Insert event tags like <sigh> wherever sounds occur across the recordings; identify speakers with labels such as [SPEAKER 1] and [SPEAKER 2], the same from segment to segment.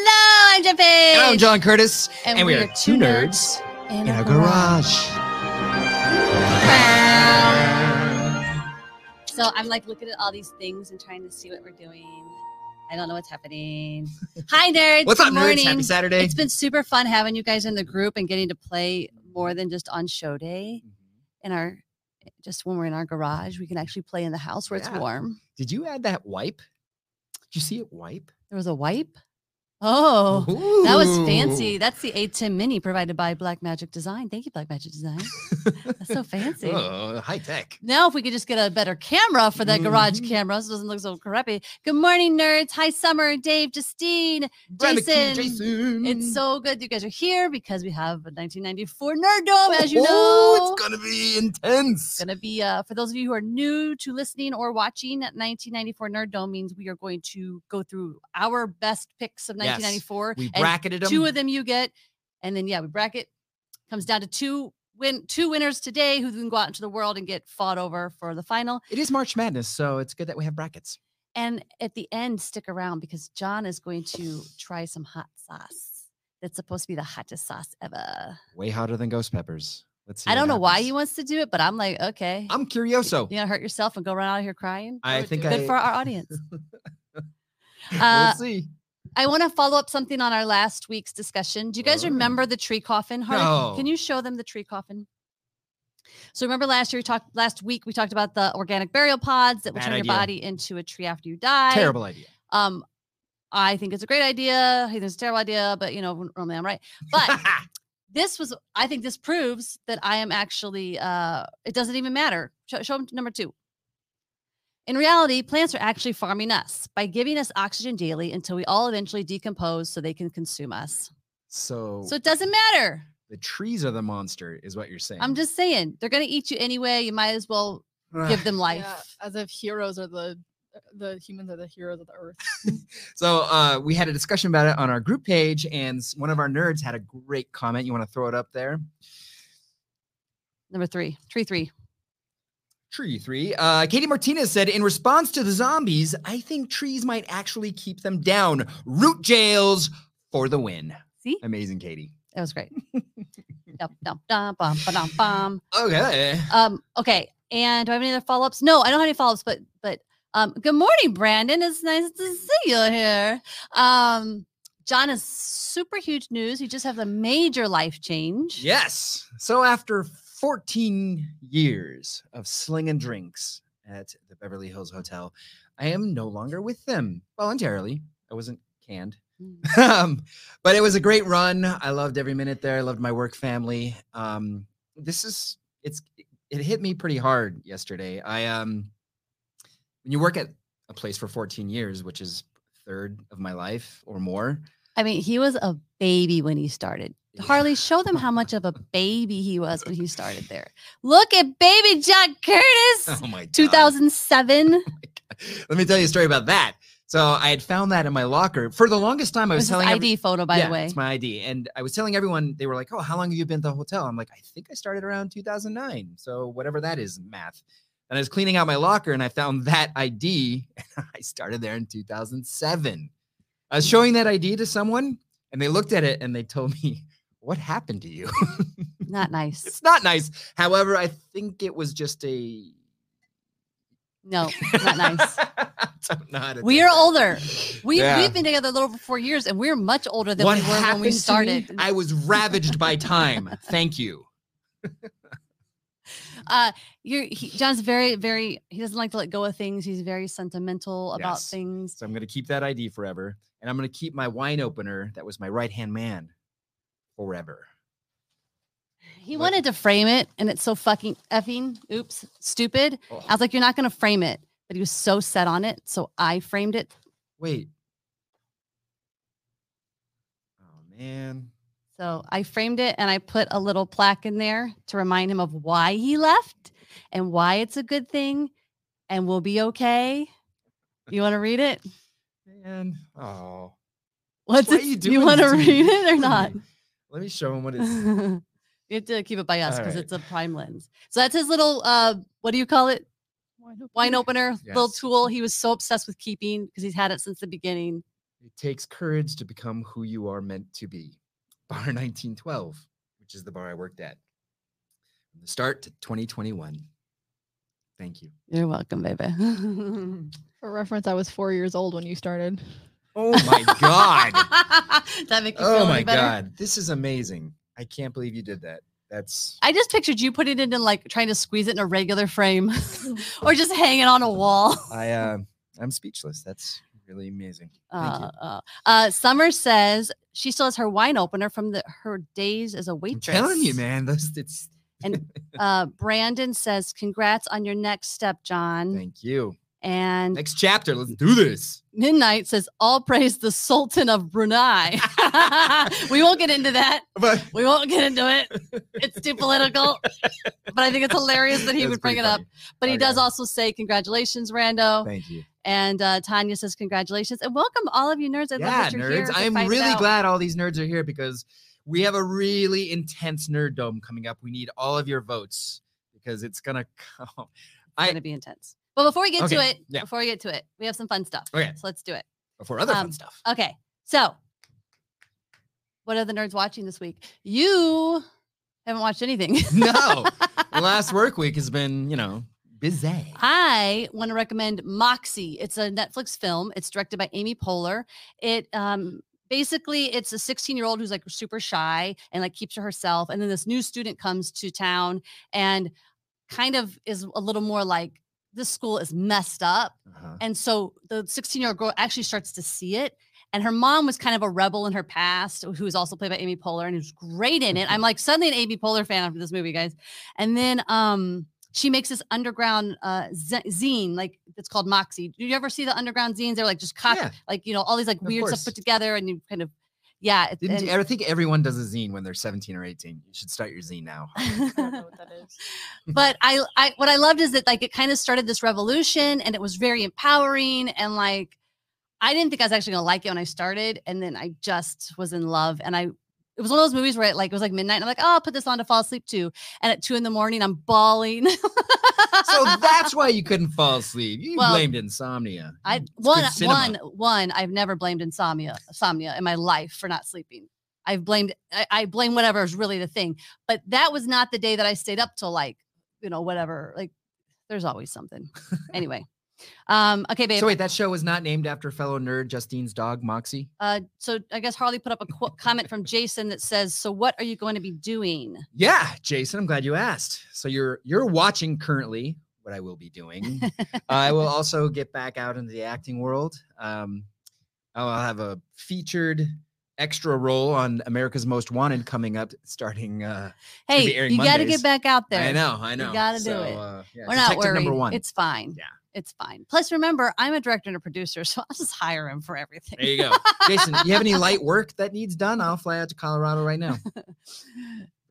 [SPEAKER 1] Elijah Page.
[SPEAKER 2] And I'm John Curtis, and, we, are, two nerds
[SPEAKER 1] in,
[SPEAKER 2] in a garage.
[SPEAKER 1] So I'm like looking at all these things and trying to see what we're doing. I don't know what's
[SPEAKER 2] <laughs>
[SPEAKER 1] happening. Hi, nerds.
[SPEAKER 2] What's
[SPEAKER 1] Good
[SPEAKER 2] up, nerds?
[SPEAKER 1] morning.
[SPEAKER 2] Happy Saturday.
[SPEAKER 1] It's been super fun having you guys in the group and getting to play more than just on show day in
[SPEAKER 2] Mm-hmm.
[SPEAKER 1] our just when we're in our garage, we can actually play in the house where
[SPEAKER 2] Yeah.
[SPEAKER 1] it's warm.
[SPEAKER 2] Did you add that wipe? Did you see it wipe?
[SPEAKER 1] There was a wipe. Oh, that was fancy.
[SPEAKER 2] Ooh.
[SPEAKER 1] That's the A10 Mini provided by Black Magic Design. Thank you, Black Magic Design. That's
[SPEAKER 2] <laughs>
[SPEAKER 1] so fancy.
[SPEAKER 2] Oh, high tech.
[SPEAKER 1] Now, if we could just get a better camera for that garage
[SPEAKER 2] Mhm.
[SPEAKER 1] camera, so it doesn't look so crappy. Good morning, nerds. Hi, Summer, Dave, Justine.
[SPEAKER 2] Grab the key,
[SPEAKER 1] Jason,
[SPEAKER 2] Jason.
[SPEAKER 1] It's so good you guys are here because we have a 1994 Nerddome, as you know.
[SPEAKER 2] Oh, it's gonna be intense.
[SPEAKER 1] going to be uh, for those of you who are new to listening or watching 1994 nerd dome means we are going to go through our best picks of
[SPEAKER 2] Yes,
[SPEAKER 1] 1994
[SPEAKER 2] we
[SPEAKER 1] and
[SPEAKER 2] bracketed them.
[SPEAKER 1] two of them you get and then yeah we bracket comes down to two win two winners today who then go out into the world and get fought over for the final
[SPEAKER 2] It is March Madness, so it's good that we have brackets.
[SPEAKER 1] and at the end stick around because john is going to try some hot sauce that's supposed to be the hottest sauce ever
[SPEAKER 2] Way hotter than ghost peppers. Let's
[SPEAKER 1] i
[SPEAKER 2] see. what
[SPEAKER 1] don't know why
[SPEAKER 2] happens.
[SPEAKER 1] he wants to do it but i'm like okay
[SPEAKER 2] I'm
[SPEAKER 1] <laughs>
[SPEAKER 2] curioso.
[SPEAKER 1] you're gonna hurt yourself and go run out of here crying
[SPEAKER 2] I
[SPEAKER 3] would
[SPEAKER 2] think
[SPEAKER 3] do it.
[SPEAKER 2] I.
[SPEAKER 1] good for
[SPEAKER 2] <laughs>
[SPEAKER 1] our audience Uh,
[SPEAKER 2] we'll see.
[SPEAKER 1] I want to follow up something on our last week's discussion. Do you guys
[SPEAKER 2] All right.
[SPEAKER 1] remember the tree coffin? Hardik, Can
[SPEAKER 2] No.
[SPEAKER 1] you show them the tree coffin? So remember last year we talked last week we talked about the organic burial pods that will
[SPEAKER 2] Bad
[SPEAKER 1] turn
[SPEAKER 2] idea.
[SPEAKER 1] your body into a tree after you die.
[SPEAKER 2] Terrible idea.
[SPEAKER 1] Um I think it's a great idea. He thinks it's a terrible idea, but you know, normally I'm right. But this was I think this proves that I am actually uh it doesn't even matter. Show, show 'em number 2. In reality, plants are actually farming us by giving us oxygen daily until we all eventually decompose so they can consume us.
[SPEAKER 2] <laughs> so,
[SPEAKER 1] So it doesn't matter.
[SPEAKER 2] the trees are the monster, is what you're saying.
[SPEAKER 1] I'm <sighs> just saying, they're going to eat you anyway. You might as well give them life.
[SPEAKER 3] Yeah, as if heroes are the uh, the humans are the heroes of the earth.
[SPEAKER 2] So uh, we had a discussion about it on our group page, and s- one of our nerds had a great comment. You want to throw it up there?
[SPEAKER 1] Number 3, tree 3.
[SPEAKER 2] Tree three. Uh, Katie Martinez said, in response to the zombies, I think trees might actually keep them down. Root jails for the win.
[SPEAKER 1] See?
[SPEAKER 2] Amazing, Katie.
[SPEAKER 1] That was great. dum, dum, dum, bum, ba-dum, bum.
[SPEAKER 2] Okay.
[SPEAKER 1] Um, okay. And do I have any other follow ups? No, I don't have any follow ups, but but um, good morning, Brandon. It's nice to see you here. Um, John is super huge news. He just has a major life change.
[SPEAKER 2] Yes. So after 14 years of slinging drinks at the Beverly Hills Hotel, I am no longer with them voluntarily. I wasn't canned.
[SPEAKER 1] Mm.
[SPEAKER 2] <laughs> um, but it was a great run. I loved every minute there. I loved my work family. Um, this is it's it hit me pretty hard yesterday. I um when you work at a place for 14 years, which is a third of my life or more.
[SPEAKER 1] I mean, he was a baby when he started.
[SPEAKER 2] Yeah.
[SPEAKER 1] Harley, show them how much of
[SPEAKER 2] <laughs>
[SPEAKER 1] a baby he was when he started there. Look at baby John Curtis,
[SPEAKER 2] <laughs> <laughs> Oh my god.
[SPEAKER 1] 2007.
[SPEAKER 2] <laughs> Let me tell you a story about that. So I had found that in my locker for the longest time. I was
[SPEAKER 1] This is
[SPEAKER 2] telling
[SPEAKER 1] ID
[SPEAKER 2] every-
[SPEAKER 1] photo, by
[SPEAKER 2] Yeah,
[SPEAKER 1] the way.
[SPEAKER 2] it's my ID, and I was telling everyone. They were like, "Oh, how long have you been at the hotel?" I'm like, "I think I started around 2009, so whatever that is, math." And I was cleaning out my locker, and I found that ID. <laughs> I started there in 2007. I was showing that ID to someone, and they looked at it and they told me, "What happened to you?" <laughs>
[SPEAKER 1] Not nice.
[SPEAKER 2] it's not nice. However, I think it was just a.
[SPEAKER 1] No, not
[SPEAKER 2] <laughs>
[SPEAKER 1] nice.
[SPEAKER 2] I don't know how to
[SPEAKER 1] We
[SPEAKER 2] take
[SPEAKER 1] are
[SPEAKER 2] that.
[SPEAKER 1] older. We've,
[SPEAKER 2] Yeah.
[SPEAKER 1] we've been together a little over four years, and we're much older than we were when
[SPEAKER 2] happened
[SPEAKER 1] we
[SPEAKER 2] to me?
[SPEAKER 1] started.
[SPEAKER 2] I was ravaged by time. Thank you.
[SPEAKER 1] uh, you're, he, John's very, very. He doesn't like to let go of things. He's very sentimental about
[SPEAKER 2] Yes.
[SPEAKER 1] things.
[SPEAKER 2] So I'm gonna keep that ID forever, and I'm gonna keep my wine opener that was my right hand man forever.
[SPEAKER 1] He
[SPEAKER 2] But-
[SPEAKER 1] wanted to frame it, and it's so fucking effing, oops, stupid.
[SPEAKER 2] Oh,
[SPEAKER 1] I was like, you're not going to frame it. But he was so set on it. So I framed it.
[SPEAKER 2] wait. Oh man.
[SPEAKER 1] So I framed it and I put a little plaque in there to remind him of why he left and why it's a good thing and we'll be okay. You want to read it?
[SPEAKER 2] Man. Oh.
[SPEAKER 1] What's
[SPEAKER 2] Why
[SPEAKER 1] it?
[SPEAKER 2] are you
[SPEAKER 1] You,
[SPEAKER 2] doing
[SPEAKER 1] want to
[SPEAKER 2] this to me?
[SPEAKER 1] read it or
[SPEAKER 2] <laughs>
[SPEAKER 1] not? <laughs>
[SPEAKER 2] Let me show him what it's.
[SPEAKER 1] you have to keep it by us
[SPEAKER 2] All
[SPEAKER 1] because
[SPEAKER 2] right.
[SPEAKER 1] it's a prime lens. So that's his little uh what do you call it? Wine opener, little
[SPEAKER 2] Mm-hmm. Yes.
[SPEAKER 1] tool. He was so obsessed with keeping because he's had it since the beginning.
[SPEAKER 2] It takes courage to become who you are meant to be. <laughs> Bar 1912, which is the bar I worked at. From the start to 2021. Thank you.
[SPEAKER 1] You're welcome, <laughs> baby.
[SPEAKER 3] For reference, I was four years old when you <laughs> started.
[SPEAKER 2] Oh my <laughs> God.
[SPEAKER 1] <laughs> that make you feel
[SPEAKER 2] oh
[SPEAKER 1] any
[SPEAKER 2] my
[SPEAKER 1] better?
[SPEAKER 2] God. This is amazing. I can't believe you did that. That's
[SPEAKER 1] I just pictured you putting it in like trying to squeeze it in a regular
[SPEAKER 2] <laughs>
[SPEAKER 1] frame <laughs> or just hanging on a wall.
[SPEAKER 2] I uh, I'm speechless. That's really amazing. Thank you.
[SPEAKER 1] <laughs> Uh, uh, uh, Summer says she still has her wine opener from the, her days as a
[SPEAKER 2] I'm
[SPEAKER 1] waitress.
[SPEAKER 2] telling you, man. Those it's
[SPEAKER 1] Uh, Brandon says, Congrats on your next step, John.
[SPEAKER 2] thank you.
[SPEAKER 1] and
[SPEAKER 2] Next chapter. Let's do this. <laughs>
[SPEAKER 1] Midnight says, All praise the Sultan of Brunei. <laughs> we won't get into that.
[SPEAKER 2] But
[SPEAKER 1] We won't get into it. It's too political. But I think it's hilarious that he
[SPEAKER 2] That's
[SPEAKER 1] would bring
[SPEAKER 2] pretty
[SPEAKER 1] it up.
[SPEAKER 2] funny.
[SPEAKER 1] But he does
[SPEAKER 2] Okay.
[SPEAKER 1] also say, Congratulations, Rando.
[SPEAKER 2] Thank you.
[SPEAKER 1] And uh, Tanya says, Congratulations. And welcome, all of you nerds. I
[SPEAKER 2] yeah,
[SPEAKER 1] love that you're here
[SPEAKER 2] nerds.
[SPEAKER 1] to
[SPEAKER 2] I'm
[SPEAKER 1] find
[SPEAKER 2] really
[SPEAKER 1] out.
[SPEAKER 2] glad all these nerds are here because we have a really intense nerddom coming up. We need all of your votes because it's gonna <laughs> come.
[SPEAKER 1] It's
[SPEAKER 2] I-
[SPEAKER 1] going to be intense. But before we get to
[SPEAKER 2] Okay,
[SPEAKER 1] it,
[SPEAKER 2] yeah.
[SPEAKER 1] before we get to it, we have some fun stuff.
[SPEAKER 2] Okay.
[SPEAKER 1] So let's do it.
[SPEAKER 2] for other
[SPEAKER 1] Um,
[SPEAKER 2] fun stuff. <laughs>
[SPEAKER 1] Okay. So, what are the nerds watching this week? You haven't watched anything. <laughs>
[SPEAKER 2] no, the last work week has been you know busy.
[SPEAKER 1] I want to recommend Moxie. It's a Netflix film. It's directed by Amy Poehler. It um basically it's a 16 year old who's like super shy and like keeps to herself and then this new student comes to town and kind of is a little more like this school is messed up
[SPEAKER 2] Uh-huh.
[SPEAKER 1] and so the 16 year old girl actually starts to see it. And her mom was kind of a rebel in her past, who was also played by Amy Poehler and who's great in
[SPEAKER 2] Mm-hmm.
[SPEAKER 1] it. I'm like suddenly an Amy Poehler fan after this movie, guys. And then um, she makes this underground uh, ze- zine, like it's called Moxie. Do you ever see the underground zines? They're like just copy,
[SPEAKER 2] Yeah.
[SPEAKER 1] like you know, all these like
[SPEAKER 2] Of
[SPEAKER 1] weird
[SPEAKER 2] course.
[SPEAKER 1] stuff put together, and you kind of, yeah. It,
[SPEAKER 2] Didn't
[SPEAKER 1] and-
[SPEAKER 2] you- I think everyone does a zine when they're 17 or 18. You should start your zine
[SPEAKER 1] <laughs>
[SPEAKER 2] now.
[SPEAKER 3] I don't know what that is.
[SPEAKER 1] but I, I what I loved is that like it kind of started this revolution and it was very empowering and like I didn't think I was actually gonna like it when I started and then I just was in love and I it was one of those movies where it like it was like midnight and I'm like oh I'll put this on to fall asleep too and at two in the morning I'm bawling.
[SPEAKER 2] so
[SPEAKER 1] <laughs>
[SPEAKER 2] that's why you couldn't fall asleep. You
[SPEAKER 1] Well,
[SPEAKER 2] blamed insomnia.
[SPEAKER 1] I
[SPEAKER 2] Mm, It's good
[SPEAKER 1] one
[SPEAKER 2] cinema.
[SPEAKER 1] one one I've never blamed insomnia insomnia in my life for not sleeping. I've blamed I, I blame whatever is really the thing, but that was not the day that I stayed up till like you know whatever. Like there's always something. anyway, um, okay, babe.
[SPEAKER 2] So wait, that show was not named after fellow nerd Justine's dog Moxie.
[SPEAKER 1] uh, so I guess Harley put up a qu- comment from Jason that says, "So what are you going to be doing?"
[SPEAKER 2] Yeah, Jason, I'm glad you asked. So you're you're watching currently what I will be doing.
[SPEAKER 1] <laughs>
[SPEAKER 2] I will also get back out into the acting world. Um, I'll have a featured extra role on America's Most Wanted coming up, starting. Uh, gonna be
[SPEAKER 1] Hey,
[SPEAKER 2] airing
[SPEAKER 1] you got to
[SPEAKER 2] Mondays.
[SPEAKER 1] get back out there.
[SPEAKER 2] I know, I know.
[SPEAKER 1] gotta do
[SPEAKER 2] So,
[SPEAKER 1] it.
[SPEAKER 2] Uh, yeah,
[SPEAKER 1] We're not
[SPEAKER 2] Detective
[SPEAKER 1] worried.
[SPEAKER 2] Number one.
[SPEAKER 1] It's fine.
[SPEAKER 2] Yeah.
[SPEAKER 1] It's fine. Plus, remember, I'm a director and a producer, <laughs> so I'll just hire him for everything.
[SPEAKER 2] There you go. Jason,
[SPEAKER 1] <laughs>
[SPEAKER 2] you have any light work that needs done? I'll fly out to Colorado right now. But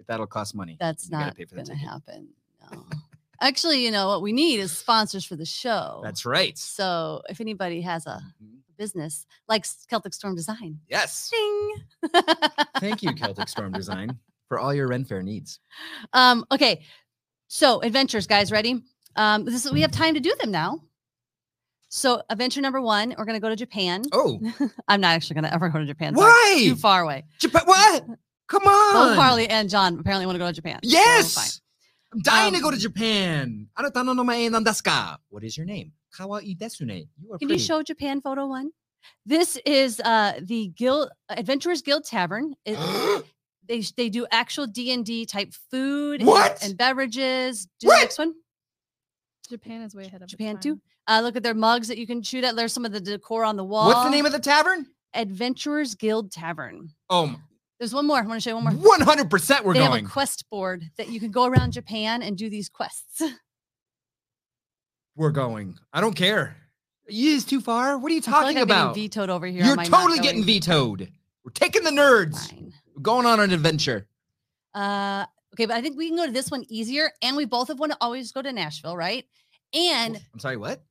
[SPEAKER 2] that'll cost money.
[SPEAKER 1] That's
[SPEAKER 2] and you gotta
[SPEAKER 1] not
[SPEAKER 2] pay for the
[SPEAKER 1] going to
[SPEAKER 2] ticket.
[SPEAKER 1] happen. No. Actually, you know what we need is sponsors for the show.
[SPEAKER 2] That's right.
[SPEAKER 1] so if anybody has a
[SPEAKER 2] Mhm.
[SPEAKER 1] business like S- Celtic Storm Design,
[SPEAKER 2] Yes.
[SPEAKER 1] ding.
[SPEAKER 2] Thank you,
[SPEAKER 1] <laughs>
[SPEAKER 2] Celtic Storm Design, for all your Renfair needs.
[SPEAKER 1] um, okay, so adventures, guys, ready? Um, this is, we have
[SPEAKER 2] Mm-hmm.
[SPEAKER 1] time to do them now. So adventure number one, we're going to go to Japan.
[SPEAKER 2] Oh,
[SPEAKER 1] I'm not actually going to ever go to Japan. sorry, it's
[SPEAKER 2] why?
[SPEAKER 1] Too far away.
[SPEAKER 2] Japan,
[SPEAKER 1] <laughs>
[SPEAKER 2] what? Come
[SPEAKER 1] Both
[SPEAKER 2] on.
[SPEAKER 1] Harley and John apparently want to go to Japan. so fine.
[SPEAKER 2] Yes. I'm dying to go to
[SPEAKER 1] Um,
[SPEAKER 2] Japan. Aratano no mae nandasu ka? What is your name? Kawaii desu ne. You are
[SPEAKER 1] Can
[SPEAKER 2] pretty.
[SPEAKER 1] you show Japan photo one? This is uh the Guild Adventurers Guild Tavern.
[SPEAKER 2] <gasps>
[SPEAKER 1] It, they sh- they do actual D and D type food and-
[SPEAKER 2] What?
[SPEAKER 1] and, beverages. Do
[SPEAKER 2] What?
[SPEAKER 1] the next one,
[SPEAKER 3] Japan is way ahead of its
[SPEAKER 1] Japan
[SPEAKER 3] time.
[SPEAKER 1] too. Uh, look at their mugs that you can shoot at. There's some of the decor on the wall.
[SPEAKER 2] What's the name of the tavern?
[SPEAKER 1] Adventurers Guild Tavern?
[SPEAKER 2] Oh, my-
[SPEAKER 1] There's one more. I want to show you one more.
[SPEAKER 2] 100% we're
[SPEAKER 1] Oh they
[SPEAKER 2] going.
[SPEAKER 1] have a quest board that you can go around Japan and do these quests. <laughs>
[SPEAKER 2] we're going. I don't care. It is too far. What are
[SPEAKER 1] I
[SPEAKER 2] you
[SPEAKER 1] feel like
[SPEAKER 2] talking
[SPEAKER 1] I'm getting
[SPEAKER 2] about?
[SPEAKER 1] vetoed over here. on
[SPEAKER 2] You're
[SPEAKER 1] my not
[SPEAKER 2] totally getting
[SPEAKER 1] going.
[SPEAKER 2] vetoed. We're taking the nerds.
[SPEAKER 1] Fine.
[SPEAKER 2] We're going on an adventure.
[SPEAKER 1] Uh, okay, but I think we can go to this one easier. And we both have wanted to always go to Nashville, right? And
[SPEAKER 2] I'm sorry, what?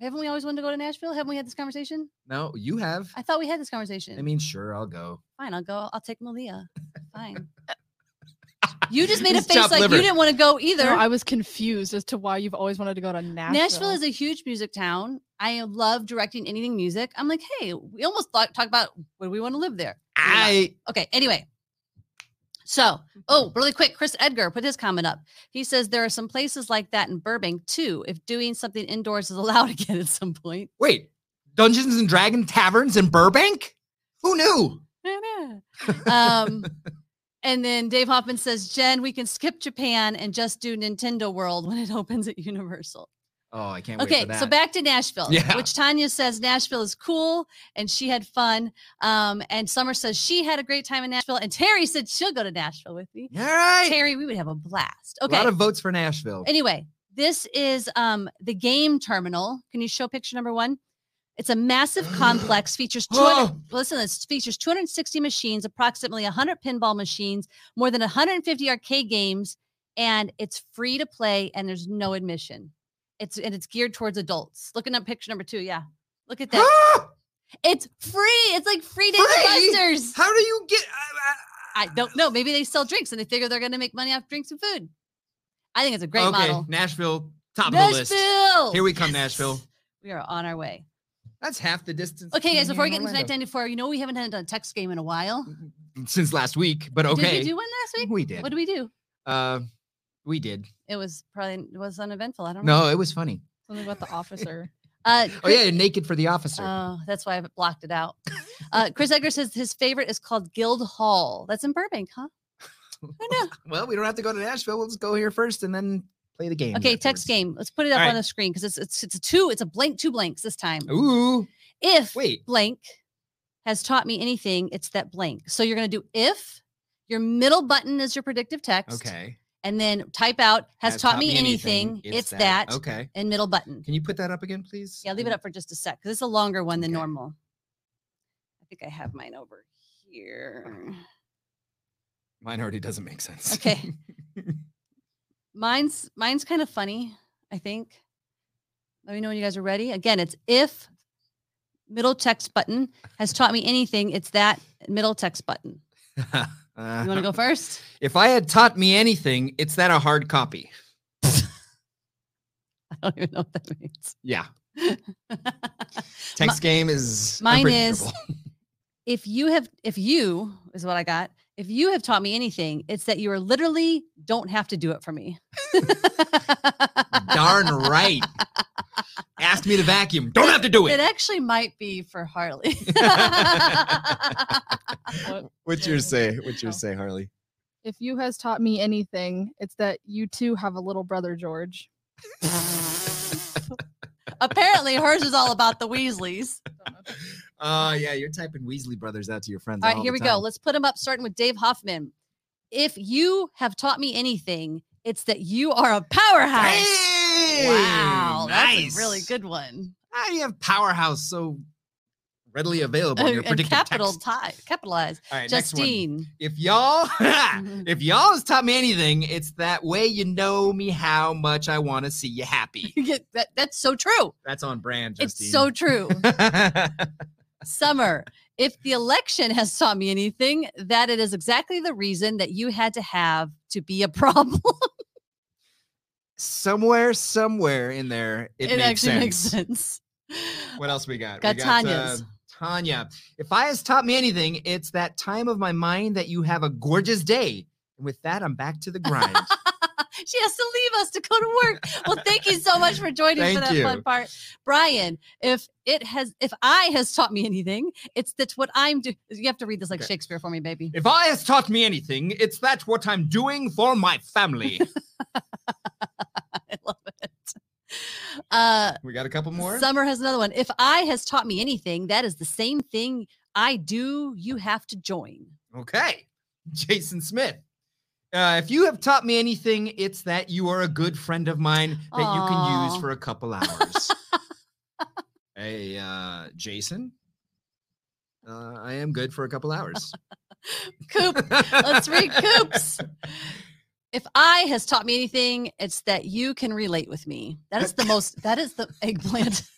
[SPEAKER 1] haven't we always wanted to go to Nashville? Haven't we had this conversation?
[SPEAKER 2] No, you have.
[SPEAKER 1] I thought we had this conversation.
[SPEAKER 2] I mean, sure, I'll go.
[SPEAKER 1] fine, I'll go. I'll take Malia.
[SPEAKER 2] <laughs>
[SPEAKER 1] Fine. You just made a
[SPEAKER 2] It's
[SPEAKER 1] face
[SPEAKER 2] chopped
[SPEAKER 1] like
[SPEAKER 2] liver.
[SPEAKER 1] you didn't want to go either.
[SPEAKER 3] No, I was confused as to why you've always wanted to go to Nashville.
[SPEAKER 1] Nashville is a huge music town. I love directing anything music. I'm like, hey, we almost thought, talk about where we want to live there.
[SPEAKER 2] I
[SPEAKER 1] Okay. Anyway. So, oh, really quick, Chris Edgar put his comment up. He says there are some places like that in Burbank too, if doing something indoors is <laughs> allowed again at some point. <laughs>
[SPEAKER 2] wait. Dungeons and Dragon taverns in Burbank? Who knew?
[SPEAKER 1] um, and then Dave Hoffman says, Jen, we can skip Japan and just do Nintendo World when it <laughs> opens at Universal.
[SPEAKER 2] Oh, I can't wait
[SPEAKER 1] Okay,
[SPEAKER 2] for that.
[SPEAKER 1] so back to Nashville,
[SPEAKER 2] Yeah.
[SPEAKER 1] which Tanya says Nashville is cool and she had fun. Um, and Summer says she had a great time in Nashville, and Terry said she'll go to Nashville with me.
[SPEAKER 2] All right.
[SPEAKER 1] Terry, we would have a blast. Okay.
[SPEAKER 2] A lot of votes for Nashville. <gasps>
[SPEAKER 1] Anyway, this is um the game terminal. Can you show picture number one? It's a massive complex, features
[SPEAKER 2] <gasps>
[SPEAKER 1] 200, listen, to this features 260 machines, approximately 100 pinball machines, more than 150 arcade games, and it's free to play and there's no admission. It's and it's geared towards adults. Looking at picture number two, yeah. Look at
[SPEAKER 2] <gasps>
[SPEAKER 1] that. it's free. It's like free Dave
[SPEAKER 2] Free?
[SPEAKER 1] and Buster's.
[SPEAKER 2] How do you get? uh,
[SPEAKER 1] I don't know. Maybe they sell drinks and they figure they're going to make money off drinks and food. I think it's a great
[SPEAKER 2] okay,
[SPEAKER 1] model.
[SPEAKER 2] Nashville, top of the list.
[SPEAKER 1] Nashville.
[SPEAKER 2] Here we come, Nashville.
[SPEAKER 1] We are on our way.
[SPEAKER 2] That's half the distance.
[SPEAKER 1] Okay, guys,
[SPEAKER 2] between
[SPEAKER 1] before we
[SPEAKER 2] here
[SPEAKER 1] get
[SPEAKER 2] and
[SPEAKER 1] into 1994,
[SPEAKER 2] Orlando.
[SPEAKER 1] you know we haven't had a text game in a while.
[SPEAKER 2] since last week, but
[SPEAKER 1] Did
[SPEAKER 2] okay,
[SPEAKER 1] we do one last week?
[SPEAKER 2] we did.
[SPEAKER 1] What did we do?
[SPEAKER 2] uh, we did.
[SPEAKER 1] It was probably it was uneventful. I don't know.
[SPEAKER 2] No, it was funny.
[SPEAKER 3] Something <laughs> about the officer.
[SPEAKER 1] Uh,
[SPEAKER 2] Oh
[SPEAKER 1] Chris-
[SPEAKER 2] yeah, naked for the officer.
[SPEAKER 1] Oh, that's why I blocked it out. Uh, Chris Edgar says his favorite is called Guild Hall. That's in Burbank, huh? I
[SPEAKER 2] <laughs> well, we don't have to go to Nashville. We'll just go here first and then play the game.
[SPEAKER 1] know. Okay, text game. Let's put it up
[SPEAKER 2] All
[SPEAKER 1] on
[SPEAKER 2] right.
[SPEAKER 1] the screen because it's it's it's a two. It's a blank two blanks this time.
[SPEAKER 2] Ooh,
[SPEAKER 1] If
[SPEAKER 2] wait.
[SPEAKER 1] blank has taught me anything, it's that blank. So you're going to do if your middle button is your predictive text.
[SPEAKER 2] Okay.
[SPEAKER 1] And then type out has, taught, me anything. It's, that,
[SPEAKER 2] Okay.
[SPEAKER 1] and middle button.
[SPEAKER 2] Can you put that up again, please?
[SPEAKER 1] Yeah, leave it up for just a sec because it's a longer one than
[SPEAKER 2] Okay.
[SPEAKER 1] normal. I think I have mine over here.
[SPEAKER 2] Mine already doesn't make sense. <laughs>
[SPEAKER 1] Okay. Mine's mine's kind of funny, I think. Let me know when you guys are ready. Again, it's if middle text button has taught me anything, it's that middle text button. You want to <laughs> go first?
[SPEAKER 2] Uh, If I had taught me anything, it's that a hard copy.
[SPEAKER 1] I don't even know what that means.
[SPEAKER 2] Yeah.
[SPEAKER 1] <laughs> Mi-
[SPEAKER 2] Text game is
[SPEAKER 1] mine is-
[SPEAKER 2] unpredictable.
[SPEAKER 1] if you have if you is what i got if you have taught me anything it's that you are literally don't have to do it for me <laughs>
[SPEAKER 2] <laughs> darn right. Asked me to vacuum. Don't have to do
[SPEAKER 1] it <laughs>
[SPEAKER 2] it.
[SPEAKER 1] actually might be for
[SPEAKER 2] <laughs>
[SPEAKER 1] harley
[SPEAKER 3] What-
[SPEAKER 2] What's
[SPEAKER 3] yours say?
[SPEAKER 2] What's
[SPEAKER 3] yours
[SPEAKER 2] say, Harley?
[SPEAKER 3] If you has taught me anything, it's that you too have a little brother, George.
[SPEAKER 1] apparently hers is all about the weasleys
[SPEAKER 2] Oh yeah, you're typing Weasley brothers out to your friends.
[SPEAKER 1] all right here we go let's put them up starting with dave hoffman if you have taught me anything it's that you are a powerhouse wow that's a really good one
[SPEAKER 2] How do you have powerhouse so readily available?
[SPEAKER 1] Uh,
[SPEAKER 2] in
[SPEAKER 1] and,
[SPEAKER 2] your
[SPEAKER 1] and
[SPEAKER 2] predictive
[SPEAKER 1] capital
[SPEAKER 2] text?
[SPEAKER 1] ti- capitalized
[SPEAKER 2] All right, next one.
[SPEAKER 1] justine
[SPEAKER 2] If y'all, <laughs>
[SPEAKER 1] Mm-hmm.
[SPEAKER 2] if y'all has taught me anything, it's that way you know me how much I want to see
[SPEAKER 1] <laughs>
[SPEAKER 2] you happy.
[SPEAKER 1] You get- that, that's so true.
[SPEAKER 2] That's on brand, Justine.
[SPEAKER 1] It's so true.
[SPEAKER 2] so.
[SPEAKER 1] Summer, if the election has taught me anything, that it is exactly the reason that you had to have to be a <laughs> problem.
[SPEAKER 2] <laughs> somewhere, somewhere in there, it, makes
[SPEAKER 1] actually
[SPEAKER 2] sense.
[SPEAKER 1] makes sense. <laughs>
[SPEAKER 2] What else we got?
[SPEAKER 1] Got
[SPEAKER 2] we
[SPEAKER 1] Tanya's.
[SPEAKER 2] uh, Tanya. If I has taught me anything, it's that time of my mind that you have a gorgeous day. And with that, I'm back to the
[SPEAKER 1] <laughs>
[SPEAKER 2] grind.
[SPEAKER 1] she has to leave us to go to work. Well, thank you so much for joining for
[SPEAKER 2] Thank
[SPEAKER 1] that fun
[SPEAKER 2] you.
[SPEAKER 1] part. Brian, if it has if I has taught me anything, it's that what I'm doing. You have to read this like
[SPEAKER 2] Okay.
[SPEAKER 1] Shakespeare for me, baby. <laughs>
[SPEAKER 2] if I has taught me anything, it's that what I'm doing for my
[SPEAKER 1] <laughs>
[SPEAKER 2] family.
[SPEAKER 1] I love it. Uh
[SPEAKER 2] we got a couple more.
[SPEAKER 1] Summer has another one. If I has taught me anything, that is the same thing I do. You have to join.
[SPEAKER 2] okay. Jason Smith. Uh, if you have taught me anything, it's that you are a good friend of mine that you can
[SPEAKER 1] Aw.
[SPEAKER 2] use for a couple hours.
[SPEAKER 1] <laughs>
[SPEAKER 2] hey, uh, Jason, uh, I am good for a couple hours.
[SPEAKER 1] Coop, let's
[SPEAKER 2] <laughs>
[SPEAKER 1] read Coop's. If I has taught me anything, it's that you can relate with me. That is the most. That is the <laughs> eggplant.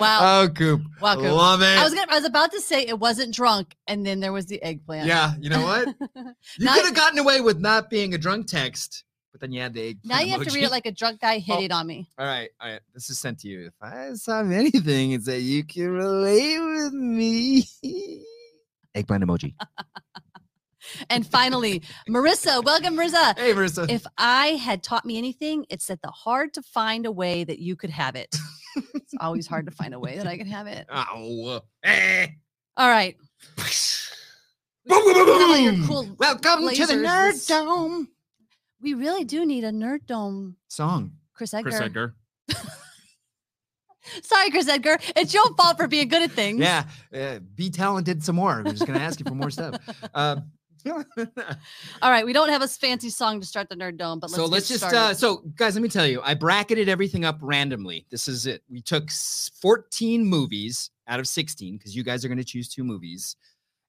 [SPEAKER 1] Wow.
[SPEAKER 2] Oh, Coop.
[SPEAKER 1] Wow, Coop.
[SPEAKER 2] Love it.
[SPEAKER 1] I was gonna, I was about to say it wasn't drunk, and then there was the eggplant.
[SPEAKER 2] yeah, you know what? You
[SPEAKER 1] Not-
[SPEAKER 2] could have gotten away with not being a drunk text, but But then you had the egg
[SPEAKER 1] <laughs> Now you have to read it
[SPEAKER 2] emoji.
[SPEAKER 1] like a drunk guy hit
[SPEAKER 2] Oh.
[SPEAKER 1] it on me.
[SPEAKER 2] All right, all right. This is sent to you. If I saw anything, it's that you can relate with me. <laughs> Eggplant
[SPEAKER 1] <laughs>
[SPEAKER 2] emoji.
[SPEAKER 1] And finally, Marissa, welcome, Marissa.
[SPEAKER 2] Hey, Marissa.
[SPEAKER 1] If I had taught me anything, it's that the hard to find a way that you could have it. it's always hard to find a way that I could have
[SPEAKER 2] <laughs>
[SPEAKER 1] it.
[SPEAKER 2] Ow.
[SPEAKER 1] <laughs>
[SPEAKER 2] Eh.
[SPEAKER 1] All right.
[SPEAKER 2] Boom, boom, boom,
[SPEAKER 1] Sound like your
[SPEAKER 2] boom.
[SPEAKER 1] cool
[SPEAKER 2] Welcome to the
[SPEAKER 1] lasers.
[SPEAKER 2] Nerd Dome
[SPEAKER 1] We really do need a nerd dome,
[SPEAKER 2] song.
[SPEAKER 1] Chris Edgar.
[SPEAKER 4] Chris Edgar.
[SPEAKER 1] Sorry, Chris Edgar. It's your fault for being good at things.
[SPEAKER 2] Yeah, uh, be talented some more. We're just gonna ask you for
[SPEAKER 1] <laughs>
[SPEAKER 2] more stuff. <laughs> Um,
[SPEAKER 1] All right. We don't have a fancy song to start the nerd dome, but let's
[SPEAKER 2] so
[SPEAKER 1] get
[SPEAKER 2] let's just
[SPEAKER 1] started.
[SPEAKER 2] uh, so guys let me tell you i bracketed everything up randomly this is it we took s- 14 movies out of 16 because you guys are going to choose two movies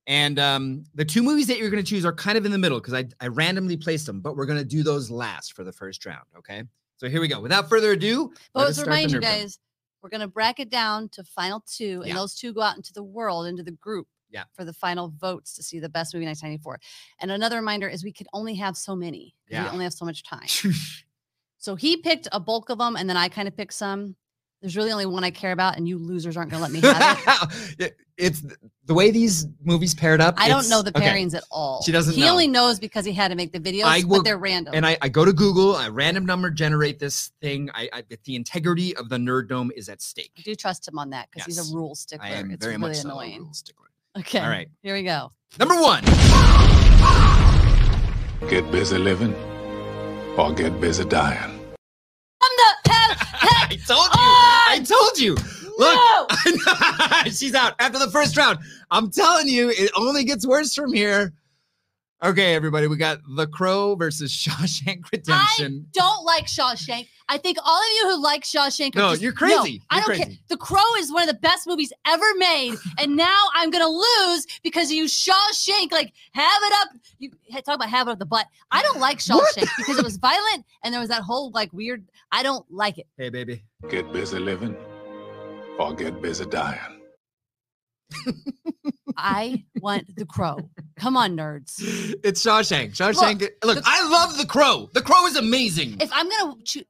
[SPEAKER 2] and um, the two movies that you're going to choose are kind of in the middle because I, I randomly placed them but we're going to do those last for the first round okay so here we go without further ado
[SPEAKER 1] But
[SPEAKER 2] let
[SPEAKER 1] let's
[SPEAKER 2] us uh, start the
[SPEAKER 1] remind you
[SPEAKER 2] nerd dome.
[SPEAKER 1] guys, we're gonna bracket down to final two, and
[SPEAKER 2] Yeah.
[SPEAKER 1] those two go out into the world, into the group.
[SPEAKER 2] Yeah.
[SPEAKER 1] For the final votes to see the best movie 1994. And another reminder is we could only have so many. 'cause
[SPEAKER 2] Yeah.
[SPEAKER 1] We only have so much time. So he picked a bulk of them, and then I kind of picked some. There's really only one I care about, and you losers aren't gonna let me have
[SPEAKER 2] <laughs>
[SPEAKER 1] it.
[SPEAKER 2] It- it's th- the way these movies paired up
[SPEAKER 1] I don't know the
[SPEAKER 2] it's- okay.
[SPEAKER 1] pairings at all.
[SPEAKER 2] She doesn't
[SPEAKER 1] He
[SPEAKER 2] know.
[SPEAKER 1] only knows because he had to make the videos,
[SPEAKER 2] I
[SPEAKER 1] but
[SPEAKER 2] will-
[SPEAKER 1] they're random.
[SPEAKER 2] and I, I go to Google, I random number generate this thing. I, I but the integrity of the nerd dome is at
[SPEAKER 1] I
[SPEAKER 2] stake.
[SPEAKER 1] do trust him on that because he's
[SPEAKER 2] Yes.
[SPEAKER 1] a rule stickler.
[SPEAKER 2] I am
[SPEAKER 1] it's
[SPEAKER 2] very
[SPEAKER 1] really
[SPEAKER 2] much so a
[SPEAKER 1] annoying. <laughs>
[SPEAKER 2] rule stickler.
[SPEAKER 1] Okay.
[SPEAKER 2] All right,
[SPEAKER 1] Here we go.
[SPEAKER 2] number one. <laughs>
[SPEAKER 5] Get busy living or get busy dying.
[SPEAKER 1] I'm the pep,
[SPEAKER 2] I <laughs>
[SPEAKER 1] pep.
[SPEAKER 2] told you.
[SPEAKER 1] Oh!
[SPEAKER 2] I told you. <laughs>
[SPEAKER 1] No!
[SPEAKER 2] Look, she's out after the first round. I'm telling you, it only gets worse from here. Okay, everybody, we got The Crow versus <laughs> Shawshank Redemption.
[SPEAKER 1] don't like Shawshank. I think all of you who like Shawshank. Are
[SPEAKER 2] No,
[SPEAKER 1] just-
[SPEAKER 2] you're crazy.
[SPEAKER 1] I
[SPEAKER 2] You're
[SPEAKER 1] don't care.
[SPEAKER 2] crazy.
[SPEAKER 1] The Crow is one of the best movies ever made, and now I'm gonna lose because you Shawshank. Like have it up. You ha- talk about have it up the butt. I don't like
[SPEAKER 2] What?
[SPEAKER 1] Shawshank because it was violent and there was that whole like weird. I don't like it.
[SPEAKER 2] hey, baby. <laughs>
[SPEAKER 5] Get busy living or get busy dying.
[SPEAKER 1] I want The Crow. Come on, nerds.
[SPEAKER 2] It's Shawshank. Shawshank. Look,
[SPEAKER 1] The-
[SPEAKER 2] I love The Crow. The Crow is amazing.
[SPEAKER 1] If I'm gonna choose,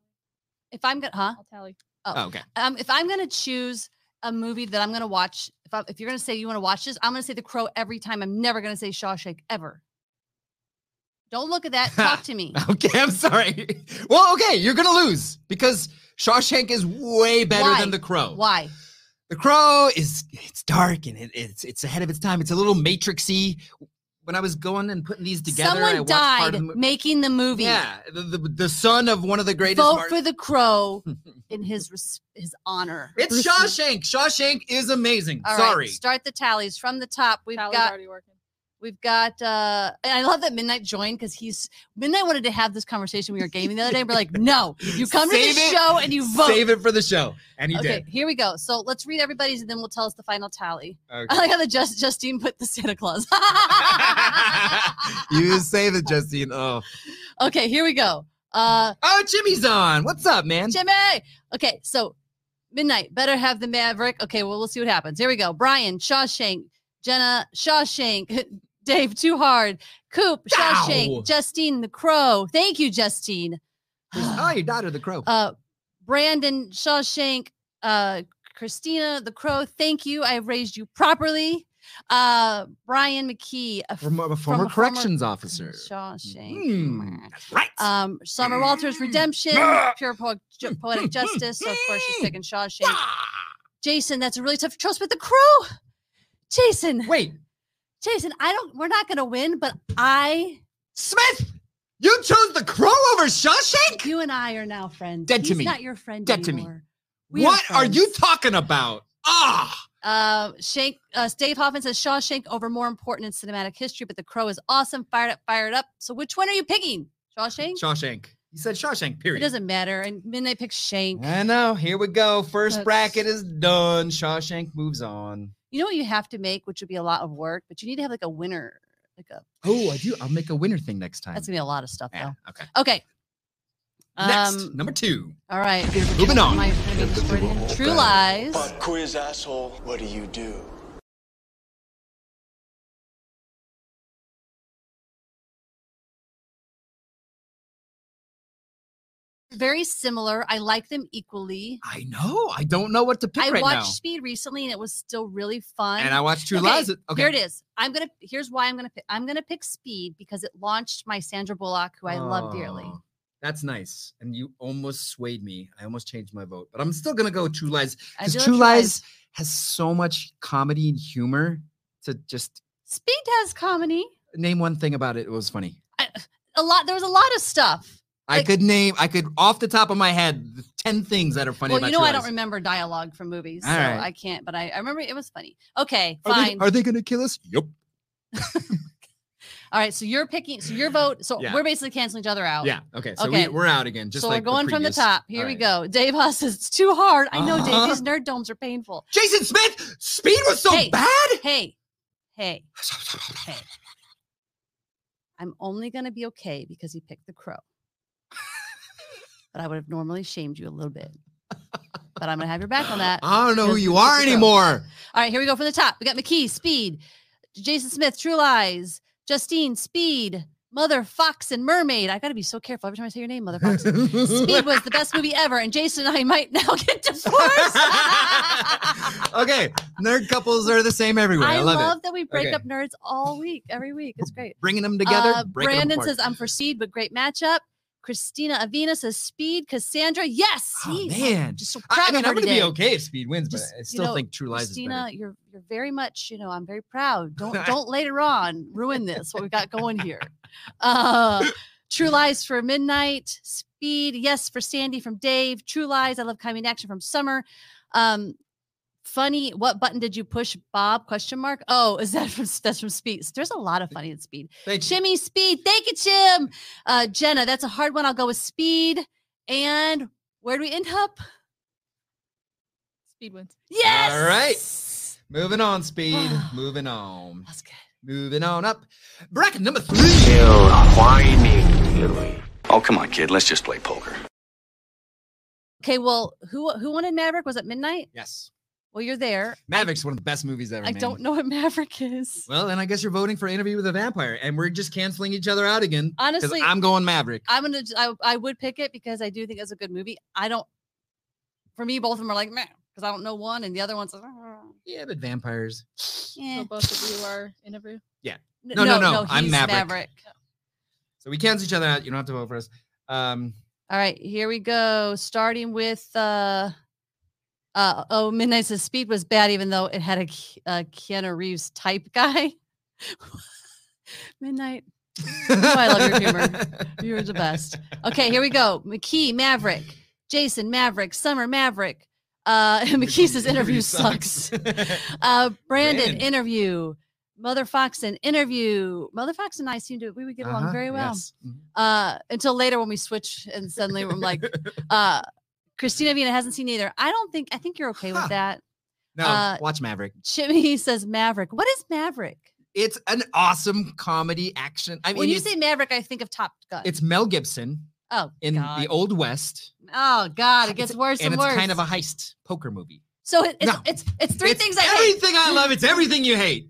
[SPEAKER 1] if I'm gonna, huh?
[SPEAKER 3] I'll tally.
[SPEAKER 2] Oh, okay. <laughs>
[SPEAKER 1] um, if I'm gonna choose a movie that I'm gonna watch, if I, if you're gonna say you want to watch this, I'm gonna say The Crow every time. I'm never gonna say Shawshank ever. Don't look at that. Talk to me.
[SPEAKER 2] Okay, I'm sorry. <laughs> Well, okay, you're gonna lose because Shawshank is way better
[SPEAKER 1] Why?
[SPEAKER 2] than The Crow.
[SPEAKER 1] Why?
[SPEAKER 2] The Crow is it's dark and it, it's it's ahead of its time. It's a little matrixy. When I was going and putting these together, I
[SPEAKER 1] Someone
[SPEAKER 2] watched part
[SPEAKER 1] died
[SPEAKER 2] of the mo-
[SPEAKER 1] making the movie.
[SPEAKER 2] Yeah, the, the, the son of one of the greatest.
[SPEAKER 1] Vote
[SPEAKER 2] mar-
[SPEAKER 1] for The
[SPEAKER 2] <laughs>
[SPEAKER 1] Crow in his res- his honor.
[SPEAKER 2] it's Shawshank. Shawshank is amazing.
[SPEAKER 1] All right,
[SPEAKER 2] sorry.
[SPEAKER 1] start the tallies from the top. We've
[SPEAKER 3] Tally's
[SPEAKER 1] got
[SPEAKER 3] already working.
[SPEAKER 1] We've got uh and I love that Midnight joined because he's Midnight wanted to have this conversation we were gaming the other day. We're like, no, you come
[SPEAKER 2] Save
[SPEAKER 1] to the
[SPEAKER 2] it.
[SPEAKER 1] show and you vote.
[SPEAKER 2] Save it for the show. And he
[SPEAKER 1] okay, <laughs>
[SPEAKER 2] did.
[SPEAKER 1] here we go. So let's read everybody's and then we'll tell us the final tally. I
[SPEAKER 2] Okay.
[SPEAKER 1] like how the Just, Justine put the Santa Claus.
[SPEAKER 2] <laughs>
[SPEAKER 1] <laughs>
[SPEAKER 2] you save it, Justine. Oh.
[SPEAKER 1] okay, here we go. Uh
[SPEAKER 2] Oh, Jimmy's on. What's up, man?
[SPEAKER 1] Jimmy. Okay, so Midnight, better have the Maverick. Okay, well, we'll see what happens. Here we go. Brian, Shawshank, Jenna, Shawshank, <laughs> Dave, Too Hard, Coop, Shawshank,
[SPEAKER 2] Ow.
[SPEAKER 1] Justine, The Crow. Thank you, Justine. <sighs>
[SPEAKER 2] There's- oh, your daughter, the crow.
[SPEAKER 1] uh, Brandon Shawshank, uh, Christina the Crow. Thank you. I raised you properly. Uh, Brian McKee, a f-
[SPEAKER 2] From a
[SPEAKER 1] from a
[SPEAKER 2] former
[SPEAKER 1] former-
[SPEAKER 2] corrections officer.
[SPEAKER 1] Shawshank.
[SPEAKER 2] Hmm, that's right.
[SPEAKER 1] Um, Summer Walters,
[SPEAKER 2] <laughs>
[SPEAKER 1] Redemption,
[SPEAKER 2] Ah.
[SPEAKER 1] Pure Poetic, Ju- Poetic Justice. So of course she's picking Shawshank.
[SPEAKER 2] <laughs> Ah!
[SPEAKER 1] Jason, that's a really tough choice, but the Crow. Jason,
[SPEAKER 2] Wait,
[SPEAKER 1] Jason, I don't. We're not gonna win, but I,
[SPEAKER 2] Smith, you chose the crow over Shawshank?
[SPEAKER 1] you and I are now friends.
[SPEAKER 2] Dead to
[SPEAKER 1] He's
[SPEAKER 2] me.
[SPEAKER 1] Not your friend.
[SPEAKER 2] Dead to me.
[SPEAKER 1] anymore. We
[SPEAKER 2] What are you
[SPEAKER 1] friends.
[SPEAKER 2] talking about? Ah,
[SPEAKER 1] Uh, Shank, uh, Dave Hoffman says Shawshank over more important in cinematic history, but The Crow is awesome. Fired up, fired up. So which one are you picking? Shawshank?
[SPEAKER 2] Shawshank. He said Shawshank,
[SPEAKER 1] It
[SPEAKER 2] period.
[SPEAKER 1] doesn't matter. And Midnight picks Shank.
[SPEAKER 2] I know. Here we go. First
[SPEAKER 3] That's-
[SPEAKER 2] bracket is done. Shawshank moves on.
[SPEAKER 1] You know what you have to make, which would be a lot of work, but you need to have like a winner. Like a
[SPEAKER 2] Oh, I do. I'll make a winner thing next time.
[SPEAKER 1] that's gonna be a lot of stuff
[SPEAKER 2] Yeah, Ah, okay.
[SPEAKER 1] though. Okay.
[SPEAKER 2] Next,
[SPEAKER 1] Um,
[SPEAKER 2] number two.
[SPEAKER 1] all right.
[SPEAKER 2] Moving on.
[SPEAKER 1] My- my big
[SPEAKER 5] Because they
[SPEAKER 1] story
[SPEAKER 5] were
[SPEAKER 1] again.
[SPEAKER 5] all
[SPEAKER 1] True
[SPEAKER 5] bad.
[SPEAKER 1] Lies.
[SPEAKER 6] Pop quiz, asshole. What do you do?
[SPEAKER 1] very similar. I like them equally.
[SPEAKER 2] I know. I don't know what to pick
[SPEAKER 1] I
[SPEAKER 2] right
[SPEAKER 1] watched
[SPEAKER 2] now.
[SPEAKER 1] Speed recently and it was still really fun.
[SPEAKER 2] And I watched True
[SPEAKER 1] Okay,
[SPEAKER 2] Lies. Okay.
[SPEAKER 1] Here it is. I'm gonna. Here's why I'm gonna. Pick, I'm gonna pick Speed because it launched my Sandra Bullock, who I love dearly.
[SPEAKER 2] Aw, That's nice. And you almost swayed me. I almost changed my vote, but I'm still going to go True Lies
[SPEAKER 1] I
[SPEAKER 2] because
[SPEAKER 1] do love
[SPEAKER 2] True Lies has so much comedy and humor to just
[SPEAKER 1] Speed has comedy.
[SPEAKER 2] name one thing about it. It was funny.
[SPEAKER 1] A lot. There was a lot of stuff.
[SPEAKER 2] I
[SPEAKER 1] Like-
[SPEAKER 2] could name, I could off the top of my head, the 10 things that are funny
[SPEAKER 1] well,
[SPEAKER 2] about
[SPEAKER 1] you know,
[SPEAKER 2] True
[SPEAKER 1] I don't
[SPEAKER 2] Lies.
[SPEAKER 1] remember dialogue from movies,
[SPEAKER 2] All
[SPEAKER 1] so
[SPEAKER 2] right.
[SPEAKER 1] I can't. But I, I remember it was funny. Okay,
[SPEAKER 2] Are
[SPEAKER 1] fine.
[SPEAKER 2] they, are they going to kill us? Yep.
[SPEAKER 1] All right. So you're picking. So your vote. So
[SPEAKER 2] Yeah.
[SPEAKER 1] we're basically canceling each other out.
[SPEAKER 2] Yeah. Okay. So
[SPEAKER 1] Oh. Okay.
[SPEAKER 2] We, we're out again. Just
[SPEAKER 1] so
[SPEAKER 2] like
[SPEAKER 1] we're going from the
[SPEAKER 2] previous.
[SPEAKER 1] top. Here we go.
[SPEAKER 2] Alright.
[SPEAKER 1] Dave Huss. It's <laughs> too hard. I know,
[SPEAKER 2] Uh-huh. <laughs>
[SPEAKER 1] Dave. These nerd domes are painful.
[SPEAKER 2] Jason Smith, Speed was so
[SPEAKER 1] Hey.
[SPEAKER 2] bad.
[SPEAKER 1] Hey, hey, hey. I'm only gonna be okay because he picked the
[SPEAKER 2] <laughs>
[SPEAKER 1] crow. but I would have normally shamed you a little bit. But I'm gonna have your back on
[SPEAKER 2] <laughs>
[SPEAKER 1] that.
[SPEAKER 2] I don't know who
[SPEAKER 1] Because
[SPEAKER 2] you
[SPEAKER 1] it's
[SPEAKER 2] are
[SPEAKER 1] a crow.
[SPEAKER 2] anymore.
[SPEAKER 1] All right, here we go for the top. We got McKee, Speed, Jason Smith, True Lies, Justine, Speed, Mother Fox, and Mermaid. I got to be so careful every time I say your name, Mother
[SPEAKER 2] <laughs>
[SPEAKER 1] Fox. Speed was the best movie ever, and Jason and I might now <laughs> get divorced. <laughs> I,
[SPEAKER 2] okay, nerd couples are the same everywhere. I, love, it.
[SPEAKER 1] that we break
[SPEAKER 2] Okay.
[SPEAKER 1] up nerds all week, every week. It's great.
[SPEAKER 2] Bringing them together.
[SPEAKER 1] Uh,
[SPEAKER 2] breaking them
[SPEAKER 1] Brandon
[SPEAKER 2] apart.
[SPEAKER 1] says, I'm for Speed, but great matchup. Christina Avina says, Speed. Cassandra, yes.
[SPEAKER 2] oh,
[SPEAKER 1] he's-
[SPEAKER 2] man.
[SPEAKER 1] Just so proud
[SPEAKER 2] I, I mean,
[SPEAKER 1] of her
[SPEAKER 2] I'm going to
[SPEAKER 1] today.
[SPEAKER 2] be okay if Speed wins,
[SPEAKER 1] Just,
[SPEAKER 2] but I
[SPEAKER 1] you
[SPEAKER 2] still
[SPEAKER 1] know,
[SPEAKER 2] think True Lies
[SPEAKER 1] Christina,
[SPEAKER 2] is
[SPEAKER 1] you're you're very much, you know, I'm very
[SPEAKER 2] <laughs>
[SPEAKER 1] proud. Don't don't later on ruin this what we've got going here. Uh, True Lies for Midnight, Speed, yes for Sandy from Dave, True Lies, I love coming action from Summer. Um, funny, what button did you push, Bob? Question mark. Oh, is that from <laughs> that's from Speed? There's a lot of funny in Speed.
[SPEAKER 2] better. Thank you.
[SPEAKER 1] Jimmy Speed, thank you, Jim. Uh, Jenna, that's a hard one. I'll go with Speed. And where do we end up?
[SPEAKER 3] Speed wins.
[SPEAKER 1] Yes.
[SPEAKER 2] All right. Moving on, Speed.
[SPEAKER 1] <sighs>
[SPEAKER 2] Moving on.
[SPEAKER 1] That's good.
[SPEAKER 2] Moving on up. Bracket number three.
[SPEAKER 4] Oh, come on, kid. Let's just play poker.
[SPEAKER 1] Okay, well, who who wanted Maverick? Was it Midnight?
[SPEAKER 2] Yes.
[SPEAKER 1] Well, you're there.
[SPEAKER 2] Maverick's one of the best movies ever.
[SPEAKER 1] I
[SPEAKER 2] man.
[SPEAKER 1] don't know what <laughs> Maverick is.
[SPEAKER 2] Well, then I guess you're voting for Interview with a Vampire, and we're just canceling each other out again. 'cause
[SPEAKER 1] Honestly, I'm,
[SPEAKER 2] I'm going Maverick.
[SPEAKER 1] gonna j- I, I would pick it because I do think it's a good movie. I don't. For me, both of them are like meh because I don't know one and the other one's like, "Ah,
[SPEAKER 2] Yeah, but vampires.
[SPEAKER 1] eh."
[SPEAKER 3] So both of you are interview.
[SPEAKER 1] N-
[SPEAKER 2] No, no, no, I'm
[SPEAKER 1] he's
[SPEAKER 2] Maverick. So we cancel each other out. You don't have to vote for us. Um,
[SPEAKER 1] All right, here we go. Starting with uh, uh oh, Midnight's Says Speed was bad, even though it had a, Ke- a Keanu Reeves type guy. <laughs> Midnight, Oh, I love your
[SPEAKER 2] <laughs>
[SPEAKER 1] humor. you're the best. Okay, here <laughs> we go. McKee, Maverick, Jason, Maverick, Summer, Maverick. Uh, <laughs> McKee says interview sucks. <laughs> Uh, Brandon,
[SPEAKER 2] Brandon.
[SPEAKER 1] interview. Mother Fox and interview. Mother Fox and I seem to we would get along
[SPEAKER 2] Uh-huh,
[SPEAKER 1] very well.
[SPEAKER 2] yes. Mhm.
[SPEAKER 1] Uh, until later when we switch and suddenly I'm
[SPEAKER 2] <laughs>
[SPEAKER 1] like, uh, Christina Vina hasn't seen either. I don't think I think you're okay
[SPEAKER 2] Huh.
[SPEAKER 1] with that.
[SPEAKER 2] no,
[SPEAKER 1] uh,
[SPEAKER 2] watch Maverick.
[SPEAKER 1] Jimmy <laughs> says Maverick. What is Maverick?
[SPEAKER 2] It's an awesome comedy action. I mean,
[SPEAKER 1] when you
[SPEAKER 2] it's,
[SPEAKER 1] say Maverick, I think of Top Gun.
[SPEAKER 2] it's Mel Gibson
[SPEAKER 1] oh
[SPEAKER 2] in
[SPEAKER 1] God.
[SPEAKER 2] the Old West,
[SPEAKER 1] oh God, it
[SPEAKER 2] It's-
[SPEAKER 1] gets worse and
[SPEAKER 2] and it's
[SPEAKER 1] worse.
[SPEAKER 2] kind of a heist poker movie.
[SPEAKER 1] So it, it's,
[SPEAKER 2] No.
[SPEAKER 1] it's it's three
[SPEAKER 2] It's
[SPEAKER 1] things I hate.
[SPEAKER 2] everything I love. It's everything you hate.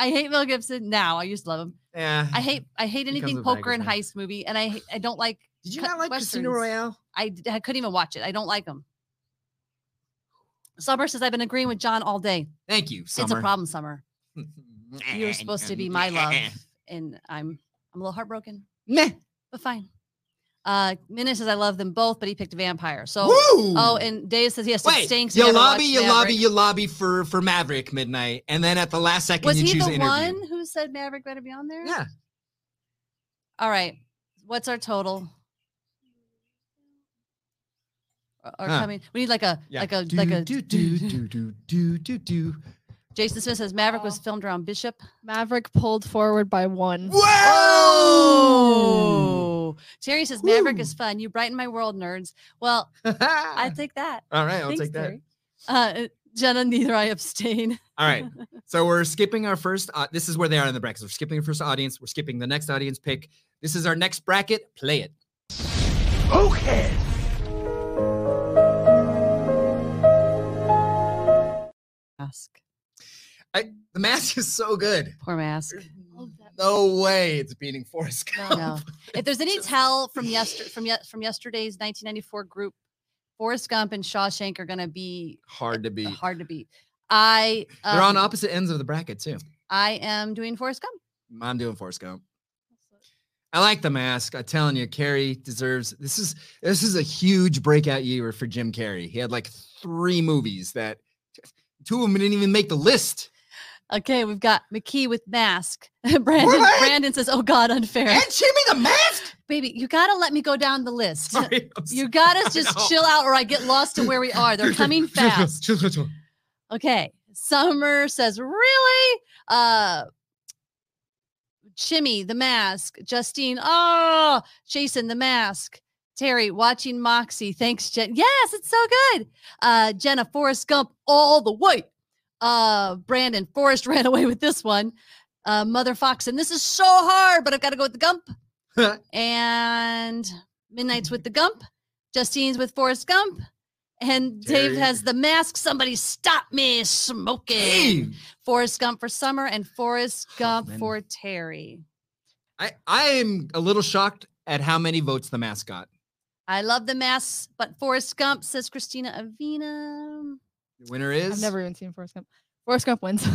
[SPEAKER 1] I hate Mel Gibson now. I used to love him.
[SPEAKER 2] Yeah.
[SPEAKER 1] I
[SPEAKER 2] <laughs>
[SPEAKER 1] hate I hate
[SPEAKER 2] He comes
[SPEAKER 1] anything
[SPEAKER 2] with baggage,
[SPEAKER 1] poker and
[SPEAKER 2] man.
[SPEAKER 1] heist movie, and I I don't like.
[SPEAKER 2] Did you
[SPEAKER 1] cut
[SPEAKER 2] not like Casino
[SPEAKER 1] westerns.
[SPEAKER 2] Royale?
[SPEAKER 1] I, d- I couldn't even watch it. I don't like them. Summer says I've been agreeing with John all day.
[SPEAKER 2] Thank you, Summer.
[SPEAKER 1] It's a
[SPEAKER 2] <laughs>
[SPEAKER 1] problem, Summer. You're supposed to be my love, and I'm I'm a little heartbroken,
[SPEAKER 2] Meh.
[SPEAKER 1] but fine. Uh, Minna says I love them both, but he picked vampire. So
[SPEAKER 2] Woo!
[SPEAKER 1] oh, and Dave says he has to
[SPEAKER 2] Wait,
[SPEAKER 1] stinks.
[SPEAKER 2] you lobby, you lobby, you lobby for for Maverick midnight, and then at the last second
[SPEAKER 1] Was
[SPEAKER 2] you
[SPEAKER 1] he
[SPEAKER 2] choose
[SPEAKER 1] the
[SPEAKER 2] interview.
[SPEAKER 1] one who said Maverick better be on there?
[SPEAKER 2] Yeah,
[SPEAKER 1] All right. What's our total? Or- Or
[SPEAKER 2] Huh.
[SPEAKER 1] coming. We need like a
[SPEAKER 2] yeah.
[SPEAKER 1] like a
[SPEAKER 2] Do,
[SPEAKER 1] like a
[SPEAKER 2] do do do do do do do.
[SPEAKER 1] Jason Smith says Maverick was
[SPEAKER 3] Oh.
[SPEAKER 1] filmed around Bishop.
[SPEAKER 3] Maverick pulled forward by one.
[SPEAKER 2] Whoa!
[SPEAKER 1] Oh! Terry says Maverick
[SPEAKER 2] Woo.
[SPEAKER 1] is fun. You brighten my world, nerds. Well, I take that.
[SPEAKER 2] <laughs> All right, I'll
[SPEAKER 1] Thanks,
[SPEAKER 2] take that.
[SPEAKER 1] Terry. Uh, Jenna, neither I abstain.
[SPEAKER 2] All right, so we're skipping our first. Uh, this is where they are in the brackets. We're skipping our first audience. We're skipping the next audience pick. This is our next bracket. Play it.
[SPEAKER 1] Mask.
[SPEAKER 2] The mask is so good.
[SPEAKER 1] Poor mask.
[SPEAKER 3] Love that
[SPEAKER 2] no way it's beating Forrest
[SPEAKER 3] No.
[SPEAKER 2] Gump.
[SPEAKER 1] No. If there's
[SPEAKER 2] <laughs>
[SPEAKER 1] any tell from yester from ye- from yesterday's 1994 group, Forrest Gump and Shawshank are going to be
[SPEAKER 2] Hard to beat.
[SPEAKER 1] hard to beat. I
[SPEAKER 2] They're on
[SPEAKER 1] um,
[SPEAKER 2] opposite ends of the bracket too.
[SPEAKER 1] I am doing Forrest Gump.
[SPEAKER 2] I'm doing Forrest Gump. I like the mask. I'm telling you, Carrie deserves this is this is a huge breakout year for Jim Carrey. He had like three movies that two of them didn't even make the list.
[SPEAKER 1] Okay, we've got McKee with mask. <laughs> Brandon
[SPEAKER 2] What?
[SPEAKER 1] Brandon says, "Oh God, unfair,
[SPEAKER 2] And Jimmy the Mask.
[SPEAKER 1] baby. You gotta let me go down the <laughs> list.
[SPEAKER 2] Sorry, I'm
[SPEAKER 1] You gotta just
[SPEAKER 2] know.
[SPEAKER 1] chill out, or I get lost to where we are. <laughs> They're coming fast. Okay, Summer says, really? Uh, Jimmy the mask. Justine, oh, Jason the mask. Terry watching Moxie. Thanks, Jen. Yes, it's so good. Uh, Jenna Forrest Gump all the way. Uh, Brandon Forrest <laughs> ran away with this one. Uh, Mother Fox, and this is so hard, but I've got to go with the Gump
[SPEAKER 2] sorry.
[SPEAKER 1] and
[SPEAKER 2] <laughs>
[SPEAKER 1] Midnight's with the Gump, Justine's with Forrest Gump, and
[SPEAKER 2] Terry.
[SPEAKER 1] Dave has the mask. Somebody stop me smoking.
[SPEAKER 2] <laughs> Hey, Oh,
[SPEAKER 1] Forrest Gump for Summer and Forrest Gump
[SPEAKER 2] Hoffman.
[SPEAKER 1] for Terry.
[SPEAKER 2] <laughs> I I am a little shocked at how many votes the mask got.
[SPEAKER 1] I love the masks, but Forrest Gump says Christina Avina.
[SPEAKER 2] The winner is
[SPEAKER 3] I've never even seen Forrest Gump. Forrest Gump wins.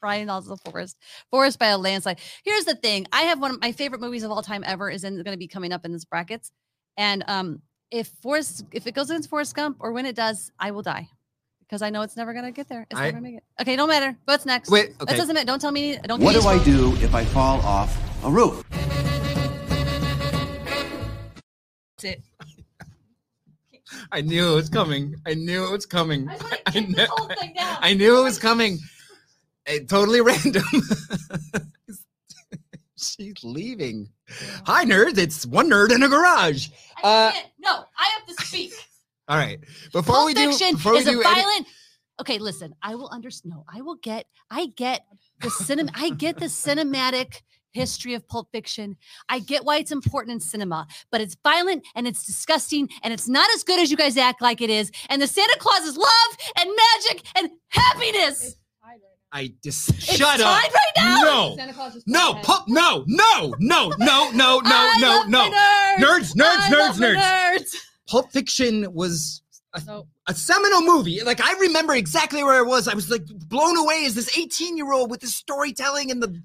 [SPEAKER 1] Brian also Forrest. Forrest by a landslide. Here's the thing. I have one of my favorite movies of all time ever is going to be coming up in this brackets. And um if Forrest if it goes against Forrest Gump or when it does, I will die. Because I know it's never going to get there. It's
[SPEAKER 2] I-
[SPEAKER 1] never going to make it. Okay, don't matter. What's next?
[SPEAKER 2] Wait,
[SPEAKER 1] That
[SPEAKER 2] okay.
[SPEAKER 1] doesn't matter. Don't tell me. Don't
[SPEAKER 4] What
[SPEAKER 1] give
[SPEAKER 4] do
[SPEAKER 1] me
[SPEAKER 4] I do if I fall off a roof?
[SPEAKER 2] <laughs>
[SPEAKER 1] it.
[SPEAKER 2] I knew it was coming. I knew it was coming.
[SPEAKER 1] I want to
[SPEAKER 2] I
[SPEAKER 1] kick
[SPEAKER 2] kn-
[SPEAKER 1] this whole thing down.
[SPEAKER 2] I knew it was coming. Eh, totally <laughs> random. She's leaving. Hi, nerds. It's one nerd in a garage.
[SPEAKER 1] I
[SPEAKER 2] uh,
[SPEAKER 1] can't. No, I have to speak.
[SPEAKER 2] All right. Before
[SPEAKER 1] Pulp
[SPEAKER 2] we do,
[SPEAKER 1] Fiction
[SPEAKER 2] before we
[SPEAKER 1] is a
[SPEAKER 2] do any-
[SPEAKER 1] violent. okay, listen. I will understand. No, I will get. I get the cinema. I get the cinematic history of Pulp Fiction. I get why it's important in cinema, but it's violent and it's disgusting and it's not as good as you guys act like it is. And the Santa Claus is love and magic and happiness.
[SPEAKER 3] <laughs>
[SPEAKER 2] I just
[SPEAKER 1] It's
[SPEAKER 2] shut
[SPEAKER 1] tied
[SPEAKER 2] up.
[SPEAKER 1] right now.
[SPEAKER 2] No, <laughs> no, pulp, no, no, no,
[SPEAKER 1] <laughs>
[SPEAKER 2] no, no, no,
[SPEAKER 1] I
[SPEAKER 2] no,
[SPEAKER 1] love my
[SPEAKER 2] no.
[SPEAKER 1] Nerds.
[SPEAKER 2] Nerds, nerds,
[SPEAKER 1] I
[SPEAKER 2] nerds,
[SPEAKER 1] love my
[SPEAKER 2] nerds.
[SPEAKER 1] nerds.
[SPEAKER 2] Pulp Fiction was
[SPEAKER 3] Nope.
[SPEAKER 2] a seminal movie. Like I remember exactly where I was. I was like blown away as this 18 year old with the storytelling and the.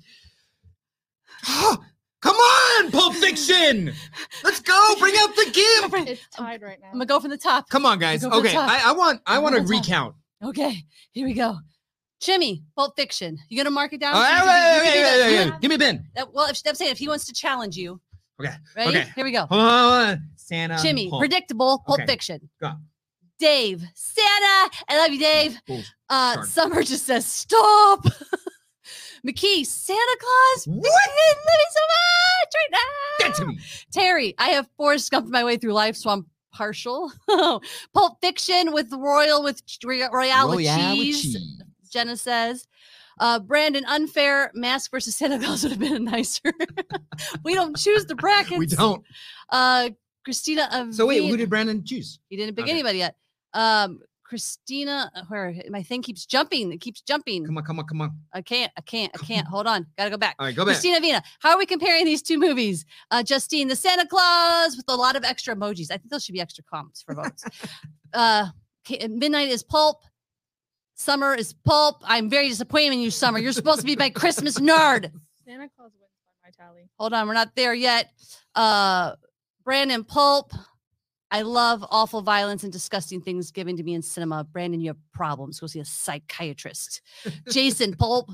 [SPEAKER 2] <gasps> Come on, Pulp Fiction!
[SPEAKER 1] <laughs>
[SPEAKER 2] Let's go. Bring out the gimp.
[SPEAKER 3] It's tied right
[SPEAKER 1] I'm
[SPEAKER 3] now.
[SPEAKER 1] gonna go from the top.
[SPEAKER 2] Come on, guys.
[SPEAKER 1] Go for the
[SPEAKER 2] Okay,
[SPEAKER 1] top.
[SPEAKER 2] I, I want I
[SPEAKER 1] Go
[SPEAKER 2] want to
[SPEAKER 1] for the top.
[SPEAKER 2] recount.
[SPEAKER 1] Okay, here we go. Jimmy, Pulp Fiction. You gonna mark it down?
[SPEAKER 2] All
[SPEAKER 1] You
[SPEAKER 2] right,
[SPEAKER 1] can-
[SPEAKER 2] wait,
[SPEAKER 1] you
[SPEAKER 2] wait,
[SPEAKER 1] can do
[SPEAKER 2] wait,
[SPEAKER 1] that.
[SPEAKER 2] wait,
[SPEAKER 1] You
[SPEAKER 2] wait,
[SPEAKER 1] have-
[SPEAKER 2] wait. Give me a bin.
[SPEAKER 1] that- Uh, Well, if, I'm saying if he wants to challenge you.
[SPEAKER 2] Okay,
[SPEAKER 1] Ready?
[SPEAKER 2] okay.
[SPEAKER 1] Here we go.
[SPEAKER 2] Hold on, hold on. Santa.
[SPEAKER 1] Jimmy,
[SPEAKER 2] Pulp.
[SPEAKER 1] predictable Pulp
[SPEAKER 2] Okay,
[SPEAKER 1] Fiction.
[SPEAKER 2] go.
[SPEAKER 1] Dave, Santa, I love you, Dave.
[SPEAKER 2] Boom.
[SPEAKER 1] Uh,
[SPEAKER 2] Darn.
[SPEAKER 1] Summer just says stop. <laughs> McKee, Santa Claus.
[SPEAKER 2] What?
[SPEAKER 1] I love you so much right now.
[SPEAKER 2] Get to me.
[SPEAKER 1] Terry, I have forced scumped my way through life, so I'm partial. <laughs> Pulp Fiction with Royal with ch- Royale, with
[SPEAKER 2] Royale with
[SPEAKER 1] cheese.
[SPEAKER 2] cheese.
[SPEAKER 1] Jenna says. Uh, Brandon, unfair mask versus Santa Claus would have been nicer. <laughs> we don't choose the brackets.
[SPEAKER 2] We don't.
[SPEAKER 1] Uh, Christina of
[SPEAKER 2] So wait, who did Brandon choose?
[SPEAKER 1] he didn't pick
[SPEAKER 2] okay.
[SPEAKER 1] anybody yet. Um, Christina, uh, where my thing keeps jumping. It keeps jumping.
[SPEAKER 2] Come on, come on, come on.
[SPEAKER 1] I can't. I can't. I can't. Hold on. Gotta go back.
[SPEAKER 2] All right, go back.
[SPEAKER 1] Christina Vina, how are we comparing these two movies? Uh, Justine, the Santa Claus with a lot of extra emojis. I think those should be extra comments for
[SPEAKER 2] <laughs>
[SPEAKER 1] votes. uh, K- Midnight is pulp. Summer is pulp. I'm very disappointed in you, Summer. You're supposed to be my Christmas nerd.
[SPEAKER 3] Santa Claus wins by my tally.
[SPEAKER 1] Hold on, we're not there yet. Uh, Brandon Pulp. I love awful violence and disgusting things given to me in cinema. Brandon, you have problems. Go see a psychiatrist. Jason Pulp.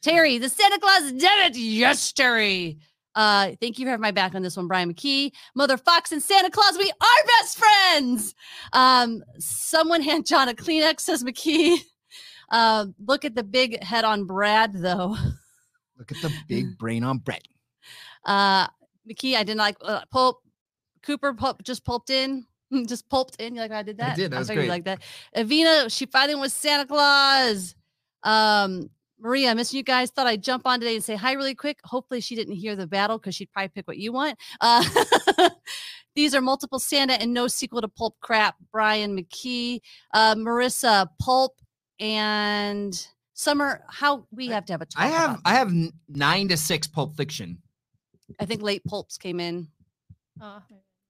[SPEAKER 1] Terry, the Santa Claus did it yesterday. Uh, thank you for having my back on this one, Brian McKee. Mother Fox and Santa Claus, we are best friends. Um, someone hand John a Kleenex, says McKee. Uh, look at the big head on Brad, though.
[SPEAKER 2] Look at the big brain on Brett.
[SPEAKER 1] Uh, McKee, I didn't like uh, pulp. Cooper pulp just pulped in, <laughs> just pulped in. You like how I did
[SPEAKER 2] I
[SPEAKER 1] that?
[SPEAKER 2] did, that was
[SPEAKER 1] figured you
[SPEAKER 2] great.
[SPEAKER 1] Like that. Avina, she finally was Santa Claus. Um, Maria, I'm missing you guys. Thought I'd jump on today and say hi really quick. Hopefully, she didn't hear the battle because she'd probably pick what you want. Uh, <laughs> these are multiple Santa and no sequel to Pulp crap. Brian McKee, uh, Marissa Pulp, and Summer, how we have to have a talk.
[SPEAKER 2] I have
[SPEAKER 1] about
[SPEAKER 2] I have n- nine to six Pulp Fiction.
[SPEAKER 1] that. I think late pulps came in.
[SPEAKER 3] Uh,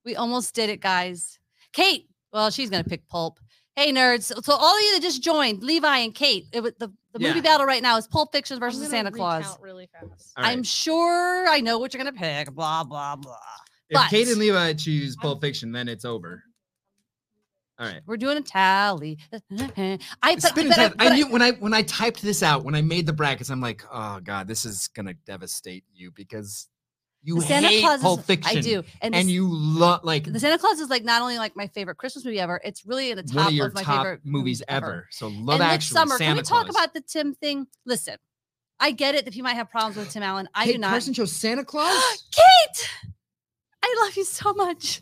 [SPEAKER 1] We almost did it, guys. Kate, well, she's gonna pick pulp. Hey, nerds. So, so all of you that just joined, Levi and Kate, it was the, the
[SPEAKER 2] Yeah.
[SPEAKER 1] movie battle right now is Pulp Fiction versus the Santa Claus.
[SPEAKER 3] Really fast.
[SPEAKER 2] All right.
[SPEAKER 1] I'm sure I know what you're gonna pick. Blah blah blah.
[SPEAKER 2] if Kate
[SPEAKER 1] but-
[SPEAKER 2] and Levi choose Pulp Fiction, then it's over. All right.
[SPEAKER 1] We're doing a tally. <laughs> I, but,
[SPEAKER 2] Spin and
[SPEAKER 1] but I-
[SPEAKER 2] tap.
[SPEAKER 1] but
[SPEAKER 2] I knew when I when I typed this out when I made the brackets, I'm like, oh god, this is gonna devastate you because you
[SPEAKER 1] the Santa
[SPEAKER 2] hate
[SPEAKER 1] Claus
[SPEAKER 2] Pulp
[SPEAKER 1] is,
[SPEAKER 2] Fiction.
[SPEAKER 1] I do, and,
[SPEAKER 2] and
[SPEAKER 1] you.
[SPEAKER 2] you love like
[SPEAKER 1] The Santa Claus is like not only like my favorite Christmas movie ever, it's really in the top
[SPEAKER 2] one of
[SPEAKER 1] of,
[SPEAKER 2] your
[SPEAKER 1] my
[SPEAKER 2] top
[SPEAKER 1] favorite
[SPEAKER 2] movies ever. So
[SPEAKER 1] and Nick
[SPEAKER 2] Love Actually,
[SPEAKER 1] Summer,
[SPEAKER 2] Santa
[SPEAKER 1] can we talk
[SPEAKER 2] Claus.
[SPEAKER 1] about the Tim thing? Listen, I get it that you might have problems with Tim Allen. I
[SPEAKER 2] Kate
[SPEAKER 1] do not.
[SPEAKER 2] Carson chose
[SPEAKER 1] <gasps>
[SPEAKER 2] Santa Claus. <gasps>
[SPEAKER 1] Kate, I love you so much.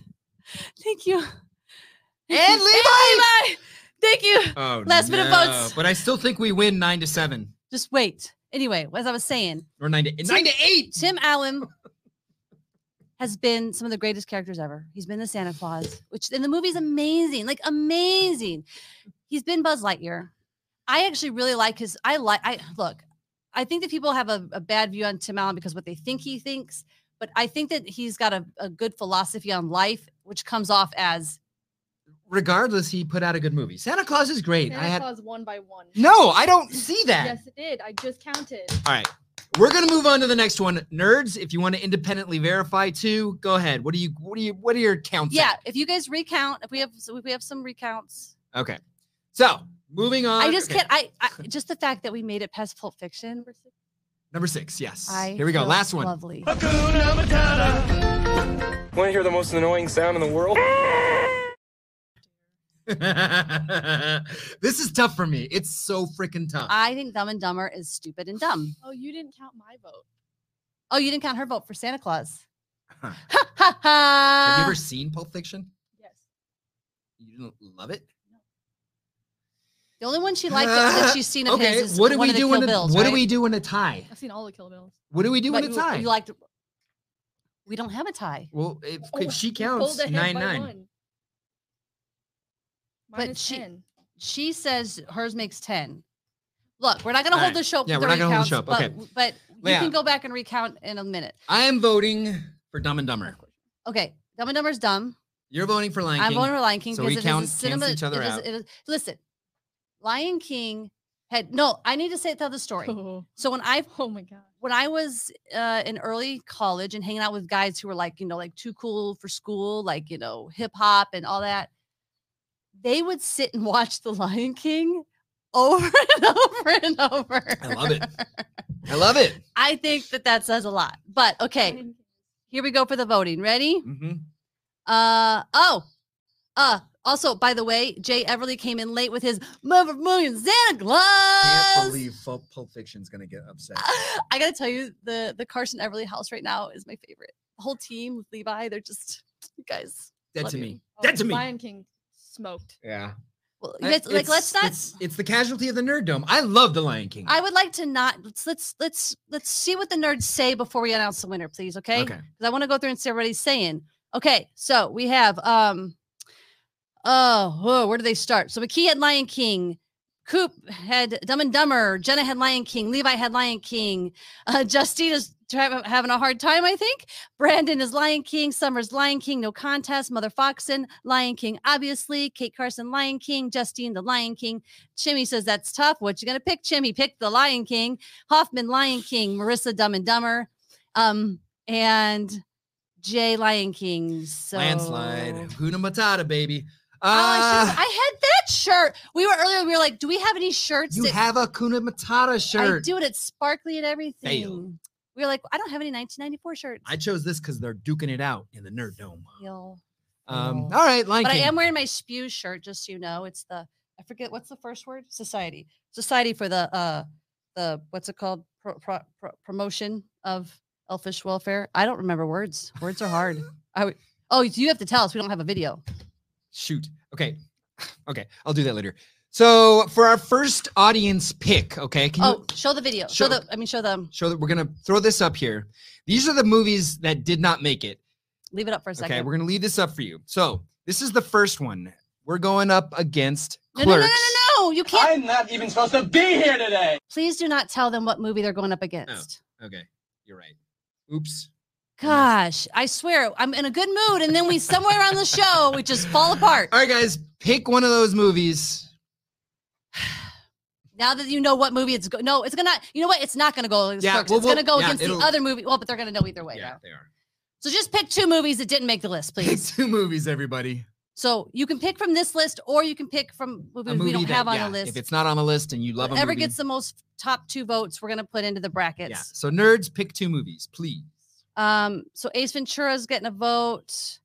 [SPEAKER 1] Thank you.
[SPEAKER 2] And
[SPEAKER 1] Levi. Thank you.
[SPEAKER 2] oh,
[SPEAKER 1] Last minute votes.
[SPEAKER 2] But I still think we win nine to seven
[SPEAKER 1] Just wait. Anyway, as I was saying,
[SPEAKER 2] or nine to nine to eight.
[SPEAKER 1] Tim Allen has been some of the greatest characters ever. He's been the Santa Claus, which in the movie's amazing, like amazing. He's been Buzz Lightyear. I actually really like his. I like. I look. I think that people have a, a bad view on Tim Allen because what they think he thinks, but I think that he's got a, a good philosophy on life, which comes off as
[SPEAKER 2] Regardless, he put out a good movie. Santa Claus is great.
[SPEAKER 3] Santa
[SPEAKER 2] I had
[SPEAKER 3] Claus one by one.
[SPEAKER 2] no, I don't see that.
[SPEAKER 3] Yes, it did. I just counted.
[SPEAKER 2] All right. We're gonna move on to the next one. Nerds, if you want to independently verify too, go ahead. What do you what do you what are your counts?
[SPEAKER 1] yeah. If you guys recount, if we have so if we have some recounts,
[SPEAKER 2] Okay. So moving on.
[SPEAKER 1] I just
[SPEAKER 2] okay,
[SPEAKER 1] can't. I, I just the fact that we made it past Pulp Fiction.
[SPEAKER 2] Number six, yes.
[SPEAKER 1] I
[SPEAKER 2] Here we go.
[SPEAKER 1] feel
[SPEAKER 2] Last one. <laughs>
[SPEAKER 1] Lovely.
[SPEAKER 7] Want to hear the most annoying sound in the world?
[SPEAKER 2] this is tough for me. It's so freaking tough.
[SPEAKER 1] I think Dumb and Dumber is stupid and dumb.
[SPEAKER 3] Oh, you didn't count my vote.
[SPEAKER 1] Oh, you didn't count her vote for Santa Claus.
[SPEAKER 2] Huh.
[SPEAKER 1] <laughs> Ha ha
[SPEAKER 2] Have you
[SPEAKER 1] ha.
[SPEAKER 2] ever seen Pulp Fiction?
[SPEAKER 3] Yes.
[SPEAKER 2] You didn't love it?
[SPEAKER 1] The only one she liked that, that she's seen of
[SPEAKER 2] Okay.
[SPEAKER 1] his is
[SPEAKER 2] What do
[SPEAKER 1] one
[SPEAKER 2] we
[SPEAKER 1] of the
[SPEAKER 2] do
[SPEAKER 1] Kill
[SPEAKER 2] when a,
[SPEAKER 1] Bills,
[SPEAKER 2] what do
[SPEAKER 1] right?
[SPEAKER 2] we do in a tie?
[SPEAKER 3] I've seen all the Kill Bills.
[SPEAKER 2] What do we do
[SPEAKER 1] But
[SPEAKER 2] in a
[SPEAKER 1] you-
[SPEAKER 2] tie?
[SPEAKER 1] You liked. We don't have a tie.
[SPEAKER 2] well, if,
[SPEAKER 3] Oh,
[SPEAKER 2] if she
[SPEAKER 3] we pulled
[SPEAKER 2] counts
[SPEAKER 3] ahead
[SPEAKER 2] nine
[SPEAKER 3] by
[SPEAKER 2] nine.
[SPEAKER 3] one.
[SPEAKER 1] But
[SPEAKER 3] Minus
[SPEAKER 1] she-
[SPEAKER 3] 10.
[SPEAKER 1] She says hers makes ten. Look, we're not going to
[SPEAKER 2] All
[SPEAKER 1] hold
[SPEAKER 2] right.
[SPEAKER 1] the show. up
[SPEAKER 2] Yeah,
[SPEAKER 1] with the
[SPEAKER 2] we're not gonna hold
[SPEAKER 1] recounts,
[SPEAKER 2] the show up.
[SPEAKER 1] But,
[SPEAKER 2] Okay.
[SPEAKER 1] w- but you
[SPEAKER 2] Leah.
[SPEAKER 1] can go back and recount in a minute.
[SPEAKER 2] I am voting for Dumb and Dumber.
[SPEAKER 1] Okay, Dumb and Dumber's dumb.
[SPEAKER 2] You're voting for Lion
[SPEAKER 1] I'm
[SPEAKER 2] King.
[SPEAKER 1] voting for Lion King
[SPEAKER 2] So
[SPEAKER 1] because
[SPEAKER 2] we
[SPEAKER 1] it is
[SPEAKER 2] count-
[SPEAKER 1] a
[SPEAKER 2] cancel
[SPEAKER 1] cinema.
[SPEAKER 2] each other
[SPEAKER 1] it is-
[SPEAKER 2] out.
[SPEAKER 1] it is- listen, Lion King had no. I need to say tell the story.
[SPEAKER 3] <laughs> Oh,
[SPEAKER 1] So when I
[SPEAKER 3] oh my god.
[SPEAKER 1] when I was uh, in early college and hanging out with guys who were like, you know, like too cool for school, like, you know, hip hop and all that, they would sit and watch The Lion King <laughs> over and over and over.
[SPEAKER 2] I
[SPEAKER 1] <laughs>
[SPEAKER 2] love it. I love it.
[SPEAKER 1] I think that that says a lot. But okay,
[SPEAKER 3] Lion King.
[SPEAKER 1] here we go for the voting. Ready? <laughs>
[SPEAKER 2] Mm-hmm.
[SPEAKER 1] Uh oh. Uh also, by the way, Jay Everly came in late with his Mother Million Santa Claus.
[SPEAKER 2] Can't believe Pulp, Pulp Fiction's gonna get upset.
[SPEAKER 1] <laughs> I gotta tell you, the the Carson Everly house right now is my favorite. The whole team with Levi, they're just you guys.
[SPEAKER 2] Dead
[SPEAKER 1] love
[SPEAKER 2] to
[SPEAKER 1] you.
[SPEAKER 2] me.
[SPEAKER 3] Oh,
[SPEAKER 2] Dead to me.
[SPEAKER 3] Lion King smoked.
[SPEAKER 2] Yeah.
[SPEAKER 1] Well,
[SPEAKER 2] I-
[SPEAKER 1] you guys, like let's
[SPEAKER 2] it's-
[SPEAKER 1] not.
[SPEAKER 2] It's, it's the casualty of the nerddom. I love the Lion King.
[SPEAKER 1] I would like to not. Let's let's let's let's see what the nerds say before we announce the winner, please. Okay.
[SPEAKER 2] Okay.
[SPEAKER 1] Because I want to go through and see what everybody's saying. Okay. So we have um. Oh, whoa, where do they start? So McKee had Lion King. Coop had Dumb and Dumber. Jenna had Lion King. Levi had Lion King. Uh, <laughs> Justine is tra- having a hard time, I think. Brandon is Lion King. Summer's Lion King. No contest. Mother Foxen, Lion King, obviously. Kate Carson, Lion King. Justine, the Lion King. Chimmy says that's tough. What you gonna pick, Chimmy? Pick the Lion King. Hoffman, Lion King. Marissa, Dumb and Dumber. Um, and Jay, Lion King. So
[SPEAKER 2] Landslide. Hakuna Matata, baby.
[SPEAKER 1] Oh, I, should've-
[SPEAKER 2] Uh,
[SPEAKER 1] I had that shirt. We were earlier. We were like, do we have any shirts?
[SPEAKER 2] you
[SPEAKER 1] that-
[SPEAKER 2] have a Hakuna Matata
[SPEAKER 1] I
[SPEAKER 2] shirt.
[SPEAKER 1] do it. It's sparkly and everything. We were like, I don't have any 1994 shirts.
[SPEAKER 2] I chose this because they're duking it out in the nerd dome.
[SPEAKER 1] Yo.
[SPEAKER 2] Um,
[SPEAKER 1] know.
[SPEAKER 2] all right, Lion
[SPEAKER 1] but I
[SPEAKER 2] King.
[SPEAKER 1] am wearing my spew shirt, just so you know. It's the I forget what's the first word. Society. Society for the uh the what's it called pro, pro, pro, promotion of elfish welfare. I don't remember words. Words are hard. I would, oh, you have to tell us. We don't have a video.
[SPEAKER 2] Shoot. Okay. <sighs> Okay. I'll do that later. So for our first audience pick, okay, can you
[SPEAKER 1] Oh, show the video. Show,
[SPEAKER 2] show-
[SPEAKER 1] the. I mean, show them.
[SPEAKER 2] show that we're gonna throw this up here? These are the movies that did not make it.
[SPEAKER 1] Leave it up for a second.
[SPEAKER 2] Okay, we're gonna leave this up for you. So this is the first one. We're going up against
[SPEAKER 1] no, no, no,
[SPEAKER 2] Clerks.
[SPEAKER 1] no, no, no! No, you can't.
[SPEAKER 6] I'm not even supposed to be here today.
[SPEAKER 1] Please do not tell them what movie they're going up against.
[SPEAKER 2] Okay, you're right. Oops.
[SPEAKER 1] Gosh, I swear I'm in a good mood, and then we somewhere on the show we just fall apart.
[SPEAKER 2] All right, guys, pick one of those movies.
[SPEAKER 1] Now that you know what movie it's go- no, it's gonna. You know what? It's not gonna go. Against
[SPEAKER 2] Yeah,
[SPEAKER 1] Clerks.
[SPEAKER 2] well,
[SPEAKER 1] it's
[SPEAKER 2] well,
[SPEAKER 1] gonna go
[SPEAKER 2] yeah,
[SPEAKER 1] against the
[SPEAKER 2] it'll-
[SPEAKER 1] other movie. Well, but they're gonna know either way.
[SPEAKER 2] yeah,
[SPEAKER 1] now.
[SPEAKER 2] they are. <laughs>
[SPEAKER 1] So just pick two movies that didn't make the list,
[SPEAKER 2] Pick
[SPEAKER 1] uh,
[SPEAKER 2] <laughs>
[SPEAKER 1] please.
[SPEAKER 2] two movies, everybody.
[SPEAKER 1] so you can pick from this list, or you can pick from movies we don't
[SPEAKER 2] that-
[SPEAKER 1] have on
[SPEAKER 2] yeah,
[SPEAKER 1] the list.
[SPEAKER 2] If it's not on the list and you love a
[SPEAKER 1] Whoever
[SPEAKER 2] movie,
[SPEAKER 1] gets the most top two votes, we're gonna put into the brackets.
[SPEAKER 2] yeah. So nerds, pick two movies, please.
[SPEAKER 1] Um, so Ace Ventura's getting a vote.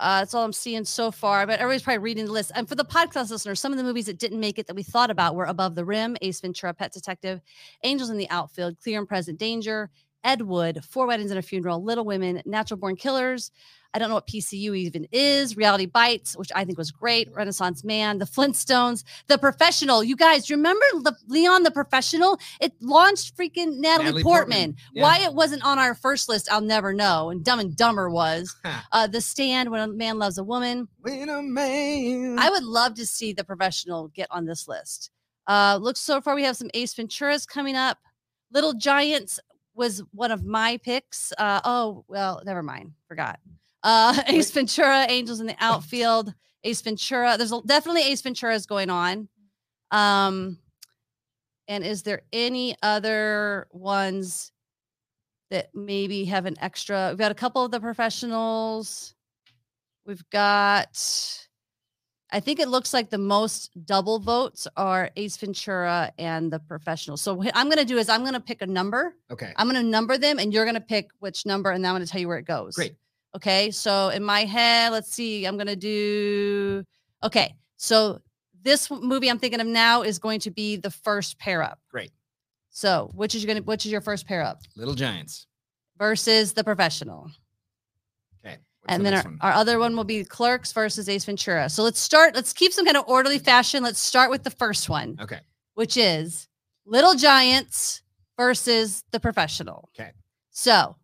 [SPEAKER 1] Uh, that's all I'm seeing so far. But everybody's probably reading the list. And for the podcast listeners, some of the movies that didn't make it that we thought about were Above the Rim, Ace Ventura, Pet Detective, Angels in the Outfield, Clear and Present Danger, Ed Wood, Four Weddings and a Funeral, Little Women, Natural Born Killers. I don't know what PCU even is. Reality Bites, which I think was great.
[SPEAKER 2] Mm-hmm.
[SPEAKER 1] Renaissance Man, The Flintstones, The Professional. You guys, do you remember Le- Leon the Professional? It launched freaking Natalie,
[SPEAKER 2] Natalie
[SPEAKER 1] Portman.
[SPEAKER 2] Portman, yeah.
[SPEAKER 1] Why it wasn't on our first list, I'll never know. And Dumb and Dumber
[SPEAKER 2] <laughs>
[SPEAKER 1] was. uh, the Stand, When a Man Loves a Woman.
[SPEAKER 2] When a man.
[SPEAKER 1] I would love to see The Professional get on this list. Uh, looks so far, we have some Ace Venturas coming up. Little Giants was one of my picks. Uh, oh, well, never mind. Forgot. Uh, <laughs> Ace Ventura, Angels in the Outfield, Ace Ventura. There's a- definitely Ace Ventura's going on. Um, and is there any other ones that maybe have an extra? We've got a couple of the professionals. We've got, I think it looks like the most double votes are Ace Ventura and the professionals. So what I'm going to do is I'm going to pick a number.
[SPEAKER 2] okay.
[SPEAKER 1] I'm going to number them and you're going to pick which number and then I'm going to tell you where it goes.
[SPEAKER 2] Great.
[SPEAKER 1] Okay. So in my head, let's see, I'm going to do, okay. So this w- movie I'm thinking of now is going to be the first pair up.
[SPEAKER 2] Great.
[SPEAKER 1] So which is going to, which is your first pair up
[SPEAKER 2] Little Giants.
[SPEAKER 1] versus the professional?
[SPEAKER 2] Okay. what's
[SPEAKER 1] and
[SPEAKER 2] the
[SPEAKER 1] then
[SPEAKER 2] next
[SPEAKER 1] our,
[SPEAKER 2] one?
[SPEAKER 1] our other one will be Clerks versus Ace Ventura. So let's start, let's keep some kind of orderly fashion. Let's start with the first one,
[SPEAKER 2] okay.
[SPEAKER 1] which is Little Giants versus the professional.
[SPEAKER 2] 'Kay.
[SPEAKER 1] So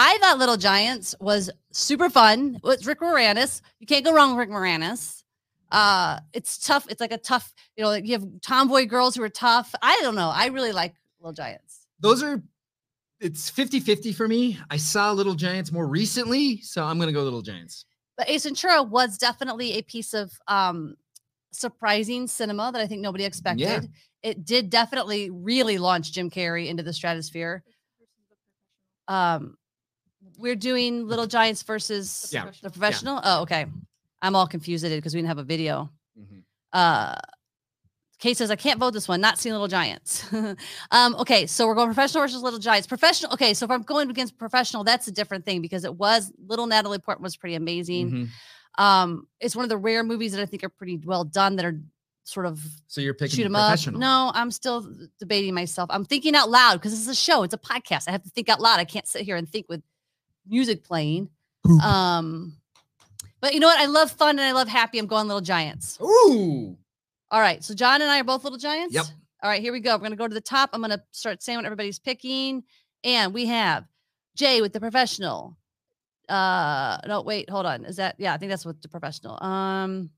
[SPEAKER 1] I thought Little Giants was super fun. It's Rick Moranis. You can't go wrong with Rick Moranis. Uh, it's tough. It's like a tough, you know, like you have tomboy girls who are tough. I don't know. I really like Little Giants.
[SPEAKER 2] Those are. It's 50 50 for me. I saw Little Giants more recently, so I'm going to go Little Giants.
[SPEAKER 1] but Ace Ventura was definitely a piece of um surprising cinema that I think nobody expected. It did definitely really launch Jim Carrey into the stratosphere. Um we're doing Little Giants versus
[SPEAKER 2] Yeah,
[SPEAKER 1] the professional. Oh, okay. I'm all confused because we didn't have a video.
[SPEAKER 2] Mhm.
[SPEAKER 1] Uh Kate says, I can't vote this one, not seeing Little Giants. <laughs> um, okay, so we're going professional versus Little Giants. Professional, okay, so if I'm going against professional, that's a different thing because it was Little Natalie Portman was pretty amazing.
[SPEAKER 2] Mhm.
[SPEAKER 1] Um, it's one of the rare movies that I think are pretty well done that are sort of
[SPEAKER 2] So you're
[SPEAKER 1] shoot
[SPEAKER 2] picking
[SPEAKER 1] 'em shoot them up.
[SPEAKER 2] professional.
[SPEAKER 1] No, I'm still debating myself. I'm thinking out loud because this is a show. It's a podcast. I have to think out loud. I can't sit here and think with music playing.
[SPEAKER 2] Poop.
[SPEAKER 1] Um, but you know what? I love fun and I love happy. I'm going Little Giants.
[SPEAKER 2] Ooh. <laughs>
[SPEAKER 1] All right. So John and I are both Little Giants.
[SPEAKER 2] Yep.
[SPEAKER 1] All right. Here we go. We're gonna go to the top. I'm gonna start saying what everybody's picking, and we have Jay with the professional. Uh, no, wait, hold on. Is that yeah? I think that's with the professional. Um.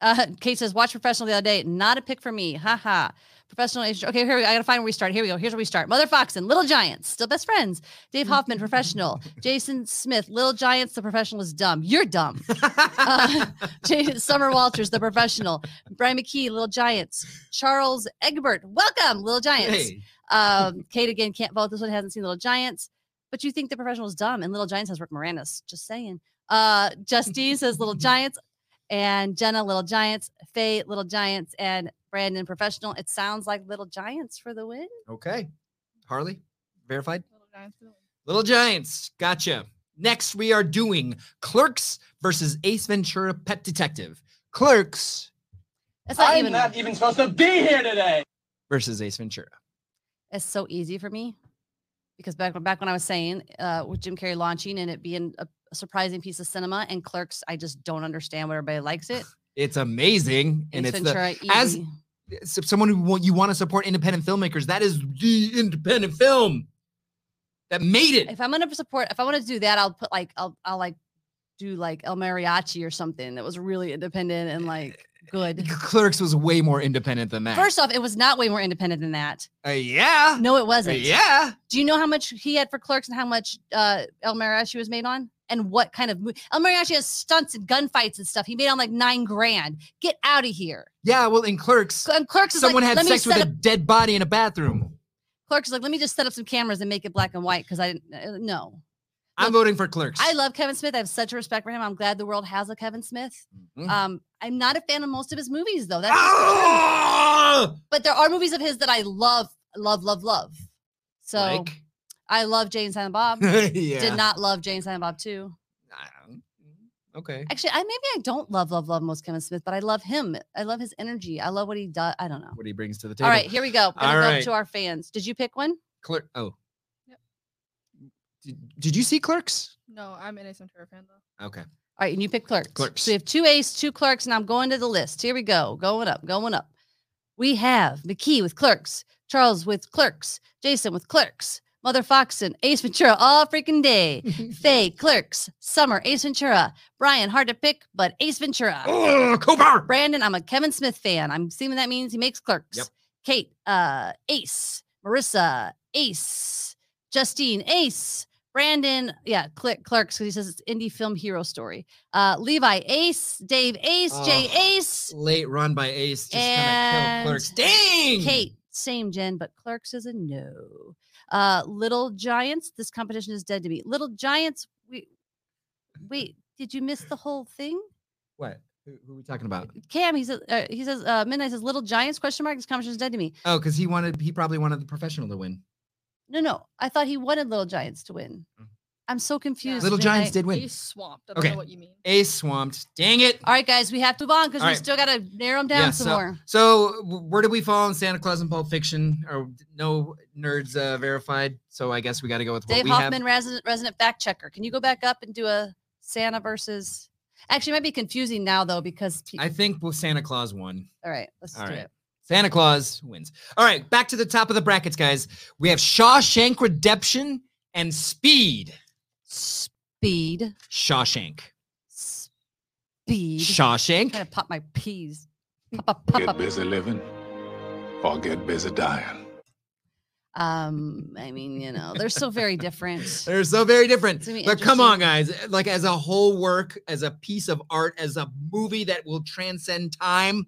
[SPEAKER 1] Uh, <laughs> Kate says, watch professional the other day. Not a pick for me. Ha ha. Professional. Asian- Okay, here we go. I gotta find where we start. Here we go. Here's where we start. Mother Fox and Little Giants, still best friends. Dave Hoffman, professional. Jason Smith, Little Giants, the professional is dumb. You're dumb. Uh, Jane Summer Walters, the professional. Brian McKee, Little Giants. Charles Egbert, welcome, Little Giants.
[SPEAKER 2] Hey.
[SPEAKER 1] Um, Kate again can't vote. This one hasn't seen Little Giants, but you think the professional is dumb, and Little Giants has Rick Moranis. Just saying. Uh, Justine says
[SPEAKER 6] <laughs>
[SPEAKER 1] Little Giants, and Jenna Little Giants, Faye Little Giants, and Brandon Professional. It sounds like Little Giants for the win.
[SPEAKER 2] Okay. Harley, verified?
[SPEAKER 3] Little Giants, Little Women.
[SPEAKER 2] Little Giants. Gotcha. Next, we are doing Clerks versus Ace Ventura Pet Detective. Clerks
[SPEAKER 1] It's not
[SPEAKER 6] I'm
[SPEAKER 1] even.
[SPEAKER 6] not even supposed to be here today.
[SPEAKER 2] versus Ace Ventura.
[SPEAKER 1] it's so easy for me because back back when I was saying uh, with Jim Carrey launching and it being a, a surprising piece of cinema and Clerks, I just don't understand why everybody likes
[SPEAKER 2] <sighs>
[SPEAKER 1] it.
[SPEAKER 2] It's amazing. And
[SPEAKER 1] Ace
[SPEAKER 2] it's the,
[SPEAKER 1] Ventura,
[SPEAKER 2] as-
[SPEAKER 1] easy.
[SPEAKER 2] s- someone who want, you want to support independent filmmakers. That is the independent film that made it.
[SPEAKER 1] if I'm gonna support, if I want to do that, I'll put
[SPEAKER 2] <laughs>
[SPEAKER 1] like I'll I'll like do like El Mariachi or something that was really independent and like good.
[SPEAKER 2] Clerks was way more independent than that.
[SPEAKER 1] First off, it was not way more independent than that.
[SPEAKER 2] Uh, yeah.
[SPEAKER 1] No, it
[SPEAKER 2] Uh,
[SPEAKER 1] wasn't.
[SPEAKER 2] yeah.
[SPEAKER 1] Do you know how much he had for Clerks and how much uh, El Mariachi was made on? And what kind of movie? El Mariachi has stunts and gunfights and stuff. He made on like nine grand. Get out of here.
[SPEAKER 2] Yeah. Well, in Clerks,
[SPEAKER 1] Cl- And Clerks is
[SPEAKER 2] someone
[SPEAKER 1] like,
[SPEAKER 2] had
[SPEAKER 1] let
[SPEAKER 2] sex
[SPEAKER 1] me
[SPEAKER 2] with
[SPEAKER 1] set
[SPEAKER 2] a
[SPEAKER 1] up.
[SPEAKER 2] dead body in a bathroom.
[SPEAKER 1] Clerks is like, let me just set up some cameras and make it black and white because I didn't. Uh, no,
[SPEAKER 2] I'm voting for Clerks.
[SPEAKER 1] I love Kevin Smith. I have such a respect for him. I'm glad the world has a Kevin Smith.
[SPEAKER 2] Mhm.
[SPEAKER 1] Um, I'm not a fan of most of his movies though. That's just the truth.
[SPEAKER 2] Ah!
[SPEAKER 1] but there are movies of his that I love, love, love, love. So
[SPEAKER 2] Like? <laughs>
[SPEAKER 1] I love Jane Silent Bob.
[SPEAKER 2] yeah.
[SPEAKER 1] Did not love Jane Silent Bob too.
[SPEAKER 2] I- Okay.
[SPEAKER 1] Actually, I maybe I don't love, love, love most Kevin Smith, but I love him. I love his energy. I love what he does. I don't know.
[SPEAKER 2] What he brings to the table.
[SPEAKER 1] All right, here we go. We're gonna
[SPEAKER 2] All
[SPEAKER 1] go
[SPEAKER 2] right.
[SPEAKER 1] to our fans. Did you pick one?
[SPEAKER 2] Clerk. Oh.
[SPEAKER 3] Yep.
[SPEAKER 2] Did, did you see Clerks?
[SPEAKER 3] No, I'm an Asymptora fan though.
[SPEAKER 2] Okay.
[SPEAKER 1] All right, and you pick clerks.
[SPEAKER 2] Clerks.
[SPEAKER 1] So we have two ace, two clerks, and I'm going to the list. Here we go. Going up, going up. We have McKee with clerks, Charles with clerks, Jason with clerks, Mother Foxen, Ace Ventura all freaking
[SPEAKER 2] <laughs>
[SPEAKER 1] day. Faye, clerks, Summer, Ace Ventura, Brian, hard to pick, but Ace Ventura.
[SPEAKER 2] Oh, Cooper.
[SPEAKER 1] Brandon, I'm a Kevin Smith fan. I'm seeing what that means. He makes clerks.
[SPEAKER 2] Yep.
[SPEAKER 1] Kate, uh, Ace, Marissa, Ace, Justine, Ace, Brandon, yeah, click clerks because he says it's indie film hero story. Uh, Levi, Ace, Dave, Ace, Jay,
[SPEAKER 2] Oh,
[SPEAKER 1] Ace,
[SPEAKER 2] Late run by Ace just kind of
[SPEAKER 1] And-
[SPEAKER 2] killed Clerks. Dang.
[SPEAKER 1] Kate, same Jen, but clerks is a no. Uh, Little Giants, this competition is dead to me. Little Giants, we wait, did you miss the whole thing?
[SPEAKER 2] What? Who, who are we talking about?
[SPEAKER 1] Cam, he says, uh, he says, uh, Midnight says, Little Giants? Question mark. This competition is dead to me.
[SPEAKER 2] Oh, because he wanted. He probably wanted the professional to win.
[SPEAKER 1] No, no. I thought he wanted Little Giants to win.
[SPEAKER 2] Mm.
[SPEAKER 1] I'm so confused.
[SPEAKER 2] Little
[SPEAKER 1] man.
[SPEAKER 2] Giants
[SPEAKER 1] I-
[SPEAKER 2] did win.
[SPEAKER 3] He's swamped. I don't
[SPEAKER 2] Okay.
[SPEAKER 3] know what you mean.
[SPEAKER 2] Ace swamped. Dang it.
[SPEAKER 1] All right, guys, we have to move on because
[SPEAKER 2] All
[SPEAKER 1] we
[SPEAKER 2] right.
[SPEAKER 1] still got to narrow them down
[SPEAKER 2] Yeah,
[SPEAKER 1] some
[SPEAKER 2] so-
[SPEAKER 1] more.
[SPEAKER 2] So w- where did we fall on Santa Claus and Pulp Fiction? Or no nerds uh, verified. So I guess we got to go with what
[SPEAKER 1] Dave
[SPEAKER 2] we
[SPEAKER 1] Hoffman,
[SPEAKER 2] have.
[SPEAKER 1] resident, resident fact checker. Can you go back up and do a Santa versus? Actually, it might be confusing now though because. pe-
[SPEAKER 2] I think well, Santa Claus won.
[SPEAKER 1] all right, let's
[SPEAKER 2] all
[SPEAKER 1] do
[SPEAKER 2] right.
[SPEAKER 1] it.
[SPEAKER 2] Santa Claus wins. All right, back to the top of the brackets, guys. We have Shawshank Redemption and Speed.
[SPEAKER 1] Speed,
[SPEAKER 2] Shawshank.
[SPEAKER 1] speed. I'm
[SPEAKER 2] Shawshank.
[SPEAKER 1] gonna pop my peas. Pop, pop, pop,
[SPEAKER 5] Get
[SPEAKER 1] pop.
[SPEAKER 5] busy living or get busy dying.
[SPEAKER 1] Um, I mean, you know, they're so very different.
[SPEAKER 2] <laughs> They're so very different.
[SPEAKER 1] It's gonna be
[SPEAKER 2] But come on,
[SPEAKER 1] interesting.
[SPEAKER 2] guys. Like, as a whole work, as a piece of art, as a movie that will transcend time,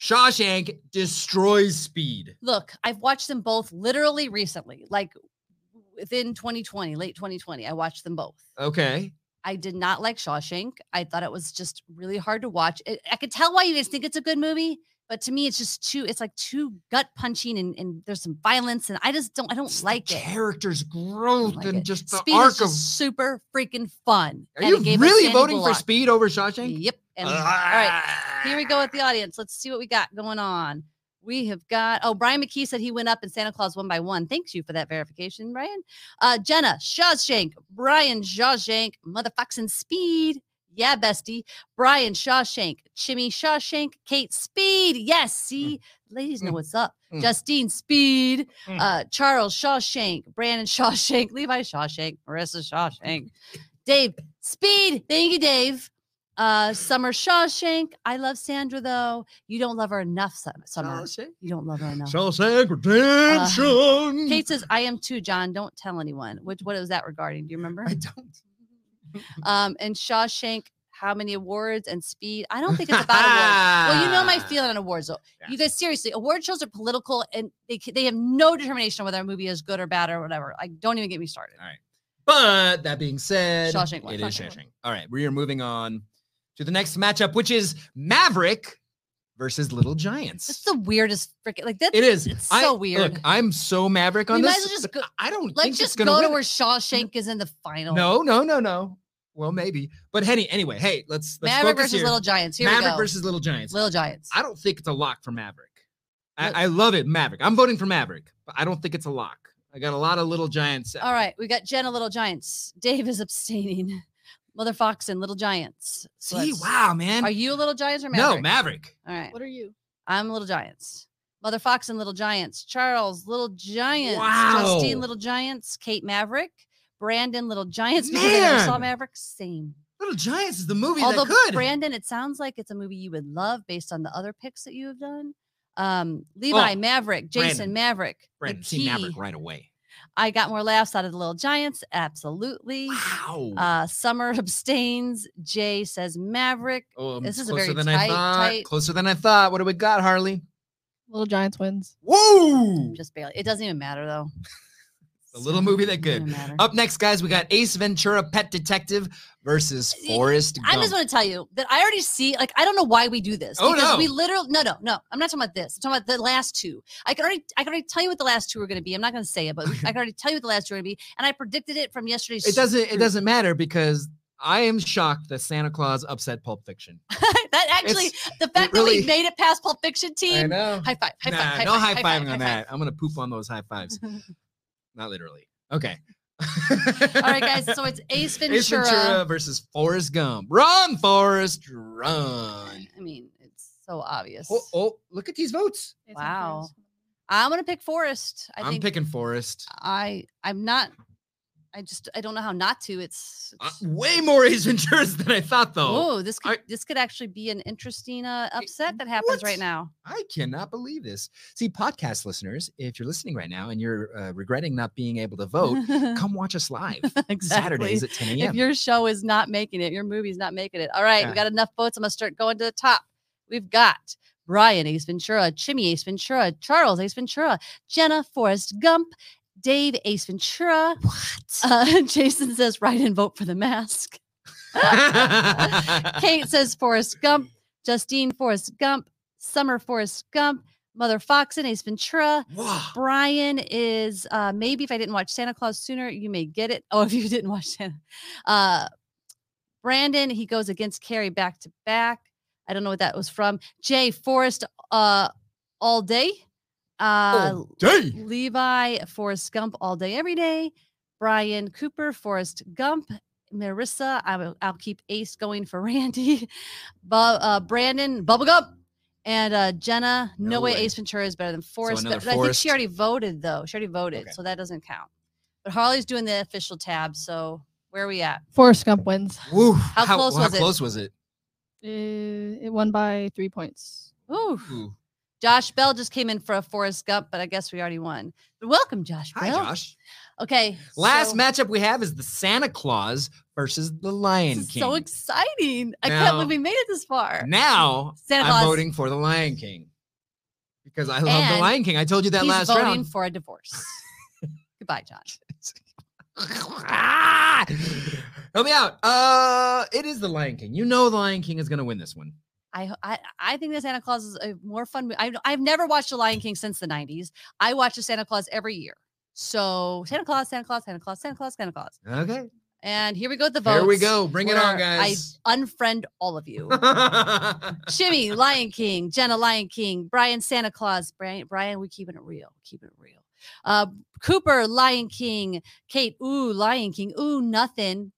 [SPEAKER 2] Shawshank destroys speed.
[SPEAKER 1] look, I've watched them both literally recently, like within 2020, late 2020. I watched them both.
[SPEAKER 2] Okay.
[SPEAKER 1] I did not like Shawshank. I thought it was just really hard to watch. I I could tell why you guys think it's a good movie, but to me, it's just too. It's like too gut punching, and, and there's some violence, and I just don't. I don't
[SPEAKER 2] It's the
[SPEAKER 1] like it. I
[SPEAKER 2] Characters'
[SPEAKER 1] don't
[SPEAKER 2] growth
[SPEAKER 1] like
[SPEAKER 2] and
[SPEAKER 1] it.
[SPEAKER 2] just the
[SPEAKER 1] Speed is
[SPEAKER 2] arc of.
[SPEAKER 1] just super freaking fun.
[SPEAKER 2] Are
[SPEAKER 1] and
[SPEAKER 2] you
[SPEAKER 1] it gave us
[SPEAKER 2] really
[SPEAKER 1] Sandy
[SPEAKER 2] voting for
[SPEAKER 1] Bullock.
[SPEAKER 2] Speed Ah! over Shawshank?
[SPEAKER 1] Yep. And all right, here we go with the audience. Let's see what we got going on. We have got oh Brian McKee said he went up in Santa Claus one by one. Thanks you for that verification, Brian. Uh Jenna Shawshank, Brian Shawshank, motherfucking speed. Yeah, bestie. Brian Shawshank, Chimmy Shawshank, Kate Speed. Yes, see, ladies know what's up.
[SPEAKER 2] Mm.
[SPEAKER 1] Justine Speed,
[SPEAKER 2] Mm.
[SPEAKER 1] uh, Charles Shawshank, Brandon Shawshank, <laughs> Levi Shawshank, Marissa Shawshank, Dave Speed. Thank you, Dave. Uh, Summer Shawshank. I love Sandra though. You don't love her enough, Sum- Summer.
[SPEAKER 2] Shawshank.
[SPEAKER 1] You don't love her enough.
[SPEAKER 2] Oh, Shawshank Redemption.
[SPEAKER 1] Uh, Kate says, "I am too, John. Don't tell anyone." Which what was that regarding? Do you remember?
[SPEAKER 2] I don't.
[SPEAKER 1] Um, and Shawshank, how many awards and speed? I don't think it's
[SPEAKER 2] <laughs>
[SPEAKER 1] about awards. Well, you know my feeling on awards, though.
[SPEAKER 2] Ah. Yeah.
[SPEAKER 1] You guys, seriously, award shows are political, and they ca- they have no determination on whether a movie is good or bad or whatever. Like, don't even get me started.
[SPEAKER 2] But that being said,
[SPEAKER 1] Shawshank won.
[SPEAKER 2] it is
[SPEAKER 1] Shawshank
[SPEAKER 2] Shawshank. All right, we are moving on to the next matchup, which is Maverick versus Little Giants.
[SPEAKER 1] This is the weirdest freaking like that.
[SPEAKER 2] it is.
[SPEAKER 1] It's
[SPEAKER 2] I-
[SPEAKER 1] so weird.
[SPEAKER 2] Look, I'm so Maverick on
[SPEAKER 1] We might as
[SPEAKER 2] this.
[SPEAKER 1] well just
[SPEAKER 2] but
[SPEAKER 1] go-
[SPEAKER 2] I don't think
[SPEAKER 1] Let's
[SPEAKER 2] it's
[SPEAKER 1] just
[SPEAKER 2] gonna
[SPEAKER 1] go to
[SPEAKER 2] win.
[SPEAKER 1] where Shawshank is in the final.
[SPEAKER 2] No, no, no, no. Well, maybe. But Henny, anyway, hey, let's let's
[SPEAKER 1] Maverick
[SPEAKER 2] focus
[SPEAKER 1] versus
[SPEAKER 2] here.
[SPEAKER 1] Little Giants. Here we
[SPEAKER 2] Maverick
[SPEAKER 1] go.
[SPEAKER 2] versus Little Giants.
[SPEAKER 1] Little Giants.
[SPEAKER 2] I don't think it's a lock for Maverick.
[SPEAKER 1] Look-
[SPEAKER 2] I, I love it, Maverick. I'm voting for Maverick, but I don't think it's a lock. I got a lot of Little Giants.
[SPEAKER 1] All right, we got Jenna, Little Giants. Dave is <laughs> abstaining. Mother Fox and Little Giants. So
[SPEAKER 2] See,
[SPEAKER 1] that's-
[SPEAKER 2] wow, man.
[SPEAKER 1] Are you Little Giants or
[SPEAKER 2] no,
[SPEAKER 1] Maverick?
[SPEAKER 2] Maverick.
[SPEAKER 1] All right.
[SPEAKER 3] What are you?
[SPEAKER 1] I'm Little Giants. Mother Fox and Little Giants. Charles, Little Giants. Justine,
[SPEAKER 2] Wow.
[SPEAKER 1] Little Giants. Kate Maverick. Brandon, Little Giants. Because I never saw
[SPEAKER 2] Man.
[SPEAKER 1] Maverick. Same.
[SPEAKER 2] Little Giants is the movie
[SPEAKER 1] Although
[SPEAKER 2] that could.
[SPEAKER 1] Brandon, it sounds like it's a movie you would love based on the other picks that you have done. Um, Levi
[SPEAKER 2] Oh,
[SPEAKER 1] Maverick, Jason
[SPEAKER 2] Brandon.
[SPEAKER 1] Maverick, the
[SPEAKER 2] Brandon, see Maverick
[SPEAKER 1] key.
[SPEAKER 2] right away.
[SPEAKER 1] I got more laughs out of the Little Giants. Absolutely.
[SPEAKER 2] Wow.
[SPEAKER 1] Uh, Summer abstains. Jay says Maverick.
[SPEAKER 2] oh,
[SPEAKER 1] this is a very
[SPEAKER 2] closer than
[SPEAKER 1] tight-
[SPEAKER 2] I thought.
[SPEAKER 1] tight-
[SPEAKER 2] Closer than I thought. What do we got, Harley?
[SPEAKER 3] Little Giants wins.
[SPEAKER 2] Whoa!
[SPEAKER 1] Just barely. It doesn't even matter though.
[SPEAKER 2] <laughs> A little movie that
[SPEAKER 1] Doesn't
[SPEAKER 2] could.
[SPEAKER 1] even matter.
[SPEAKER 2] Up next, guys, we got Ace Ventura: Pet Detective versus
[SPEAKER 1] Y-
[SPEAKER 2] Forrest Gump.
[SPEAKER 1] I just want to tell you that I already see, like, I don't know why we do this.
[SPEAKER 2] Oh,
[SPEAKER 1] because
[SPEAKER 2] no.
[SPEAKER 1] We literally, no, no, no. I'm not talking about this. I'm talking about the last two. I can already, I can already tell you what the last two are going to be. I'm not going to say it, but we- I can already tell you what the last two are going to be. And I predicted it from yesterday's.
[SPEAKER 2] it doesn't. It
[SPEAKER 1] shoot.
[SPEAKER 2] doesn't matter because I am shocked that Santa Claus upset Pulp Fiction.
[SPEAKER 1] <laughs> that actually, the fact that
[SPEAKER 2] really-
[SPEAKER 1] we made it past Pulp Fiction team.
[SPEAKER 2] know.
[SPEAKER 1] High five, high
[SPEAKER 2] nah,
[SPEAKER 1] five, high
[SPEAKER 2] no
[SPEAKER 1] five,
[SPEAKER 2] high fiving
[SPEAKER 1] five,
[SPEAKER 2] on
[SPEAKER 1] high
[SPEAKER 2] that. I'm gonna poop on those high fives.
[SPEAKER 1] five.
[SPEAKER 2] Not literally. Okay.
[SPEAKER 1] <laughs> All right,
[SPEAKER 2] <laughs>
[SPEAKER 1] guys. So it's Ace Ventura.
[SPEAKER 2] Ace Ventura versus Forrest Gump. Run, Forrest, run.
[SPEAKER 1] I mean, it's so obvious.
[SPEAKER 2] Oh, oh, look at these votes.
[SPEAKER 1] Wow. I'm going to pick Forrest. I
[SPEAKER 2] I am
[SPEAKER 1] think
[SPEAKER 2] picking Forrest.
[SPEAKER 1] I, I'm not, I just, I don't know how not to. It's,
[SPEAKER 2] Uh,
[SPEAKER 1] it's-
[SPEAKER 2] way more Ace Venturas than I thought, though.
[SPEAKER 1] Oh, this could
[SPEAKER 2] I-
[SPEAKER 1] this could actually be an interesting uh, upset that happens right
[SPEAKER 2] what?
[SPEAKER 1] now.
[SPEAKER 2] I cannot believe this. See, podcast listeners, if you're listening right now and you're uh, regretting not being able
[SPEAKER 1] <laughs>
[SPEAKER 2] to vote, Oh, come watch us live Saturdays at 10
[SPEAKER 1] If <laughs>
[SPEAKER 2] a.m. <laughs>
[SPEAKER 1] your show is not making it, your movie's not making it. All right,
[SPEAKER 2] Yeah.
[SPEAKER 1] we got enough votes. I'm gonna start going to the top. We've got Brian Ace Ventura, Jimmy Ace Ventura, Charles Ace Ventura, Jenna Forrest Gump, Dave Ace Ventura. What? Uh, <laughs> Jason says, "Write and vote for the mask."
[SPEAKER 2] <laughs>
[SPEAKER 1] Kate says Forrest Gump. Justine Forrest Gump. Summer Forrest Gump. Mother Fox and Ace Ventura.
[SPEAKER 2] <sighs> Wow.
[SPEAKER 1] Brian is uh, maybe if I didn't watch Santa Claus sooner, you may get it. <laughs> Oh, if you didn't watch Santa. Uh, Brandon, he goes against Carrie back to back. I don't know what that was from. Jay Forrest uh, all day. Uh,
[SPEAKER 2] All day.
[SPEAKER 1] Levi Forrest Gump all day, every day. Brian Cooper Forrest Gump. Marissa, I will, I'll keep Ace going for <laughs> Randy. Bu- uh, Brandon Bubble Gump. And uh, Jenna, no,
[SPEAKER 2] No
[SPEAKER 1] way.
[SPEAKER 2] way.
[SPEAKER 1] Ace Ventura is better than Forrest.
[SPEAKER 2] another
[SPEAKER 1] but I think
[SPEAKER 2] Forrest.
[SPEAKER 1] she already voted though. She already voted,
[SPEAKER 2] Okay.
[SPEAKER 1] so that doesn't count. But Harley's doing the official tab. So where are we at?
[SPEAKER 3] Forrest Gump wins.
[SPEAKER 2] Woo.
[SPEAKER 1] How close
[SPEAKER 2] how
[SPEAKER 1] was it?
[SPEAKER 2] close was it?
[SPEAKER 3] Uh, it won by three points.
[SPEAKER 1] Ooh.
[SPEAKER 2] Ooh.
[SPEAKER 1] Josh Bell just came in for a Forrest Gump, but I guess we already won. But welcome, Josh
[SPEAKER 2] Hi,
[SPEAKER 1] Bell.
[SPEAKER 2] Josh.
[SPEAKER 1] Okay.
[SPEAKER 2] Last
[SPEAKER 1] so-
[SPEAKER 2] matchup we have is the Santa Claus versus the
[SPEAKER 1] This
[SPEAKER 2] Lion
[SPEAKER 1] is
[SPEAKER 2] King.
[SPEAKER 1] so exciting. I can't believe
[SPEAKER 2] Now-
[SPEAKER 1] we made it this far.
[SPEAKER 2] Now
[SPEAKER 1] Santa
[SPEAKER 2] I'm
[SPEAKER 1] Claus,
[SPEAKER 2] voting for the Lion King because I love
[SPEAKER 1] And
[SPEAKER 2] the Lion King. I told you that
[SPEAKER 1] he's
[SPEAKER 2] last
[SPEAKER 1] voting
[SPEAKER 2] round.
[SPEAKER 1] for a divorce. Goodbye, John.
[SPEAKER 2] <laughs> Ah! Help me out. Uh, it is the Lion King. You know the Lion King is going to win this one.
[SPEAKER 1] I, ho- I I think that Santa Claus is a more fun. mo- I, I've never watched The Lion King since the '90s. I watch a Santa Claus every year. So Santa Claus, Santa Claus, Santa Claus, Santa Claus, Santa Claus.
[SPEAKER 2] Okay.
[SPEAKER 1] And here we go with the votes.
[SPEAKER 2] There we go. Bring it on,
[SPEAKER 1] where I
[SPEAKER 2] guys.
[SPEAKER 1] unfriend all of you. Jimmy, Lion King, Jenna, Lion King, Brian, Santa Claus, Brian, Brian, we keeping it real, keeping it real. Uh, Cooper, Lion King, Kate, ooh, Lion King, ooh, nothing.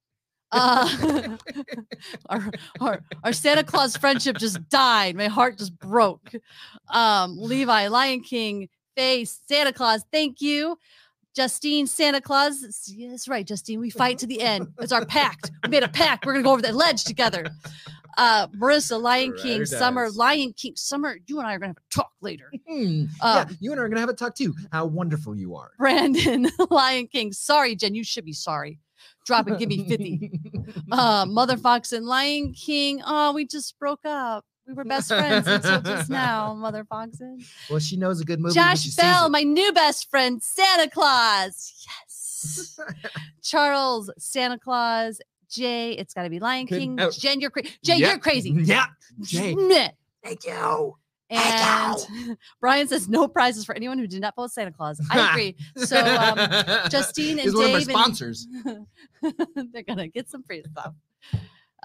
[SPEAKER 1] <laughs> Uh, <laughs> our, our, our Santa Claus friendship just died. My heart just broke. Um, Levi, Lion King, Faye, Santa Claus, thank you. Justine, Santa Claus, s- yeah, that's right, Justine, we fight to the end. It's our pact. We made a pact. We're going to go over that ledge together uh Marissa, Lion
[SPEAKER 2] Right,
[SPEAKER 1] King,
[SPEAKER 2] it
[SPEAKER 1] Summer,
[SPEAKER 2] does.
[SPEAKER 1] Lion King, Summer, you and I are gonna have a talk later.
[SPEAKER 2] <laughs> Hmm.
[SPEAKER 1] Uh,
[SPEAKER 2] yeah, you and I are going to have a talk too. How wonderful you are.
[SPEAKER 1] Brandon, <laughs> Lion King, sorry, Jen, you should be sorry. Drop and give me 50.
[SPEAKER 2] <laughs>
[SPEAKER 1] Uh Mother Fox and Lion King. Oh, we just broke up. We were best friends until just now, Mother Fox and
[SPEAKER 2] well, she knows a good movie. when
[SPEAKER 1] Josh
[SPEAKER 2] she sees
[SPEAKER 1] Bell,
[SPEAKER 2] it.
[SPEAKER 1] my new best friend, Santa Claus. Yes. Charles, Santa Claus, Jay, it's gotta be Lion
[SPEAKER 2] Good-
[SPEAKER 1] King.
[SPEAKER 2] oh,
[SPEAKER 1] Jen, you're crazy. Jay,
[SPEAKER 2] Yeah.
[SPEAKER 1] you're crazy.
[SPEAKER 2] <laughs> Yeah.
[SPEAKER 1] <laughs>
[SPEAKER 2] Jay. Thank you.
[SPEAKER 1] And <laughs> Brian says no prizes for anyone who did not vote Santa Claus. I agree. So um,
[SPEAKER 2] <laughs>
[SPEAKER 1] Justine and
[SPEAKER 2] He's one of our
[SPEAKER 1] Dave and-
[SPEAKER 2] sponsors.
[SPEAKER 1] <laughs> they're gonna get some free stuff.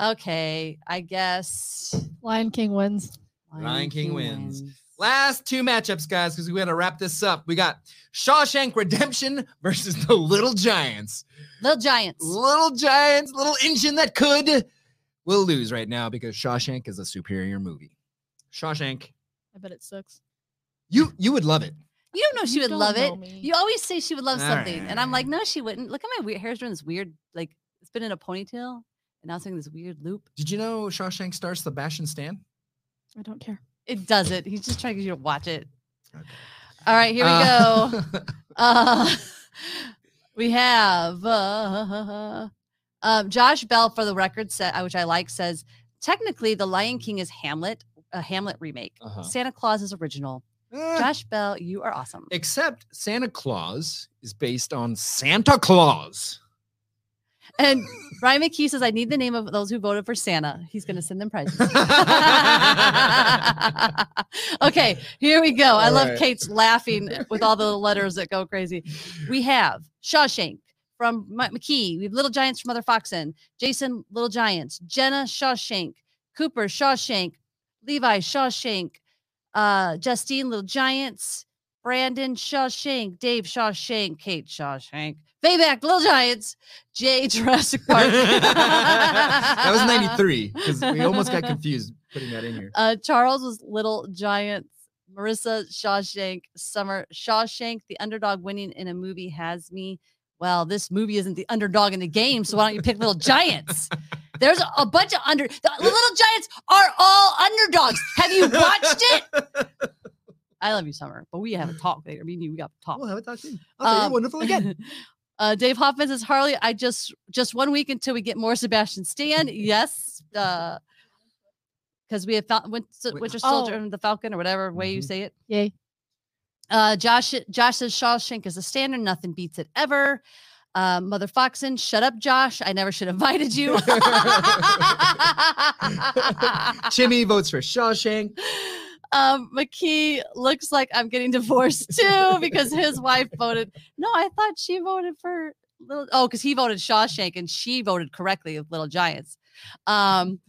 [SPEAKER 1] Okay, I guess
[SPEAKER 3] Lion King wins.
[SPEAKER 2] Lion King wins. Last two matchups, guys, because we got to wrap this up. We got Shawshank Redemption <laughs> versus the Little Giants.
[SPEAKER 1] Little Giants.
[SPEAKER 2] Little Giants, little engine that could, will lose right now because Shawshank is a superior movie. Shawshank,
[SPEAKER 3] I bet it sucks.
[SPEAKER 2] you you would love it.
[SPEAKER 1] You don't know she
[SPEAKER 3] You
[SPEAKER 1] would
[SPEAKER 3] don't
[SPEAKER 1] love
[SPEAKER 3] know
[SPEAKER 1] it.
[SPEAKER 3] me.
[SPEAKER 1] You always say she would love
[SPEAKER 2] All
[SPEAKER 1] something, and I'm like,
[SPEAKER 2] right.
[SPEAKER 1] no, she wouldn't. Look at my weird hair's doing this weird, like it's been in a ponytail, And now it's doing this weird loop.
[SPEAKER 2] Did you know Shawshank stars Sebastian Stan?
[SPEAKER 3] I don't care.
[SPEAKER 1] It doesn't. He's just trying to get you to watch it.
[SPEAKER 2] Okay.
[SPEAKER 1] All right, here we go.
[SPEAKER 2] <laughs> go.
[SPEAKER 1] Uh, <laughs> we have uh, um, Josh Bell for the record, set, which I like, says technically the Lion King is Hamlet, a Hamlet remake.
[SPEAKER 2] Uh-huh. Eh.
[SPEAKER 1] Santa Claus is original. Josh Bell, you are awesome.
[SPEAKER 2] Except Santa Claus is based on Santa Claus.
[SPEAKER 1] And Ryan McKee says, I need the name of those who voted for Santa. He's going to send them
[SPEAKER 2] <laughs>
[SPEAKER 1] prizes. okay, here we go. I
[SPEAKER 2] All
[SPEAKER 1] love
[SPEAKER 2] right.
[SPEAKER 1] Kate's laughing with all the letters that go crazy. We have Shawshank from Mike McKee. We have Little Giants from Mother Foxen. Jason Little Giants. Jenna Shawshank. Cooper Shawshank. Levi Shawshank. Uh, Justine Little Giants. Brandon Shawshank. Dave Shawshank. Kate Shawshank. Payback Little Giants. Jay Jurassic <laughs> Park.
[SPEAKER 2] <laughs> that was 93 because we almost got confused putting that in here.
[SPEAKER 1] <laughs> Uh, Charles was Little Giants. Marissa Shawshank. Summer Shawshank. The underdog winning in a movie has me. Well, this movie isn't the underdog in the game, so why don't you pick Little Giants? There's a bunch of under. The Little Giants are all underdogs. Have you watched it? I love you, Summer, but we have a talk later. Me and you, we got to talk.
[SPEAKER 2] <laughs> We'll have a talk soon. I'll tell
[SPEAKER 1] Um,
[SPEAKER 2] you
[SPEAKER 1] <laughs>
[SPEAKER 2] wonderful again.
[SPEAKER 1] Uh, Dave Hoffman says, Harley, I just just one week until we get more Sebastian
[SPEAKER 2] <laughs>
[SPEAKER 1] Stan. yes, because we have found Winter,
[SPEAKER 2] Wait,
[SPEAKER 1] Winter
[SPEAKER 3] oh.
[SPEAKER 1] Soldier and the Falcon or whatever way you
[SPEAKER 2] Mhm.
[SPEAKER 1] say it.
[SPEAKER 3] Yay.
[SPEAKER 1] Uh, Josh Josh says Shawshank is a standard, nothing beats it ever. Uh, Mother Foxen, shut up, Josh. I never should have <laughs> invited
[SPEAKER 2] <laughs>
[SPEAKER 1] you.
[SPEAKER 2] Jimmy votes for Shawshank.
[SPEAKER 1] um, McKee looks like I'm getting
[SPEAKER 2] <laughs>
[SPEAKER 1] divorced too because his wife voted. No, I thought she voted for little. Oh, because he voted Shawshank and she voted correctly with Little Giants. Um,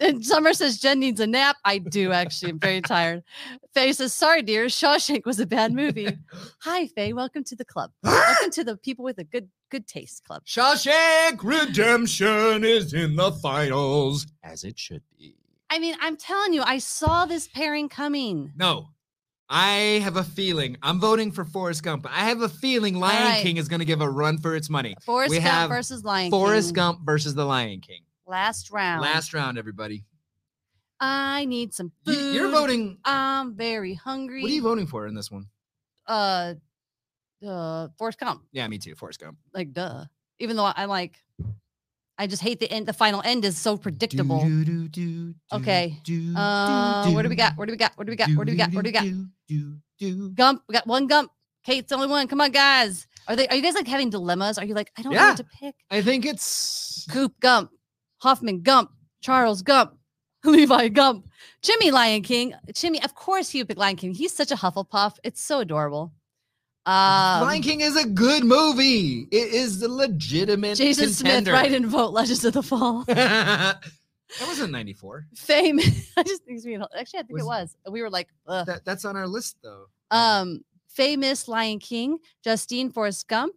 [SPEAKER 1] and Summer says Jen needs a nap. I do actually. I'm very tired. Faye says, "Sorry, dear. Shawshank was a bad
[SPEAKER 2] <laughs>
[SPEAKER 1] movie." Hi, Faye. Welcome to the
[SPEAKER 2] <gasps>
[SPEAKER 1] club. welcome to the people with a good good taste club.
[SPEAKER 2] Shawshank Redemption is in the finals, as it should be.
[SPEAKER 1] I mean, I'm telling you, I saw this pairing coming.
[SPEAKER 2] No, I have a feeling. I'm voting for Forrest Gump. but I have a feeling Lion
[SPEAKER 1] right.
[SPEAKER 2] King is going to give a run for its money.
[SPEAKER 1] Forrest
[SPEAKER 2] We
[SPEAKER 1] Gump
[SPEAKER 2] have
[SPEAKER 1] versus Lion
[SPEAKER 2] Forrest
[SPEAKER 1] King.
[SPEAKER 2] Gump versus the Lion King.
[SPEAKER 1] Last round.
[SPEAKER 2] Last round, everybody.
[SPEAKER 1] I need some
[SPEAKER 2] Y-
[SPEAKER 1] food.
[SPEAKER 2] You're voting.
[SPEAKER 1] I'm very hungry.
[SPEAKER 2] What are you voting for in this one?
[SPEAKER 1] uh, uh, Forrest Gump.
[SPEAKER 2] Yeah, me too. Forrest Gump.
[SPEAKER 1] Like, duh. Even though I, I like, I just hate the end. The final end is so predictable. Okay. uh, what do we got? What do we got? What do we got? What do we got? What do we got? Gump. We got one Gump. Kate's the only one. Come on, guys. Are they? Are you guys like having dilemmas? Are you like, I don't know
[SPEAKER 2] Yeah.
[SPEAKER 1] what to pick?
[SPEAKER 2] I think it's
[SPEAKER 1] Coop Gump, Hoffman Gump, Charles Gump, <laughs> Levi Gump, Jimmy Lion King. Jimmy, of course he would pick Lion King. He's such a Hufflepuff. It's so adorable. Um,
[SPEAKER 2] Lion King is a good movie. It is a legitimate
[SPEAKER 1] Jason Smith,
[SPEAKER 2] contender.
[SPEAKER 1] write and vote Legends of the Fall.
[SPEAKER 2] <laughs> that wasn't 94.
[SPEAKER 1] Fame. <laughs> I just think it's being, actually, I think it
[SPEAKER 2] Was-
[SPEAKER 1] was. We were like, Ugh.
[SPEAKER 2] That, that's on our list though. <laughs>
[SPEAKER 1] um, famous Lion King, Justine Forrest Gump,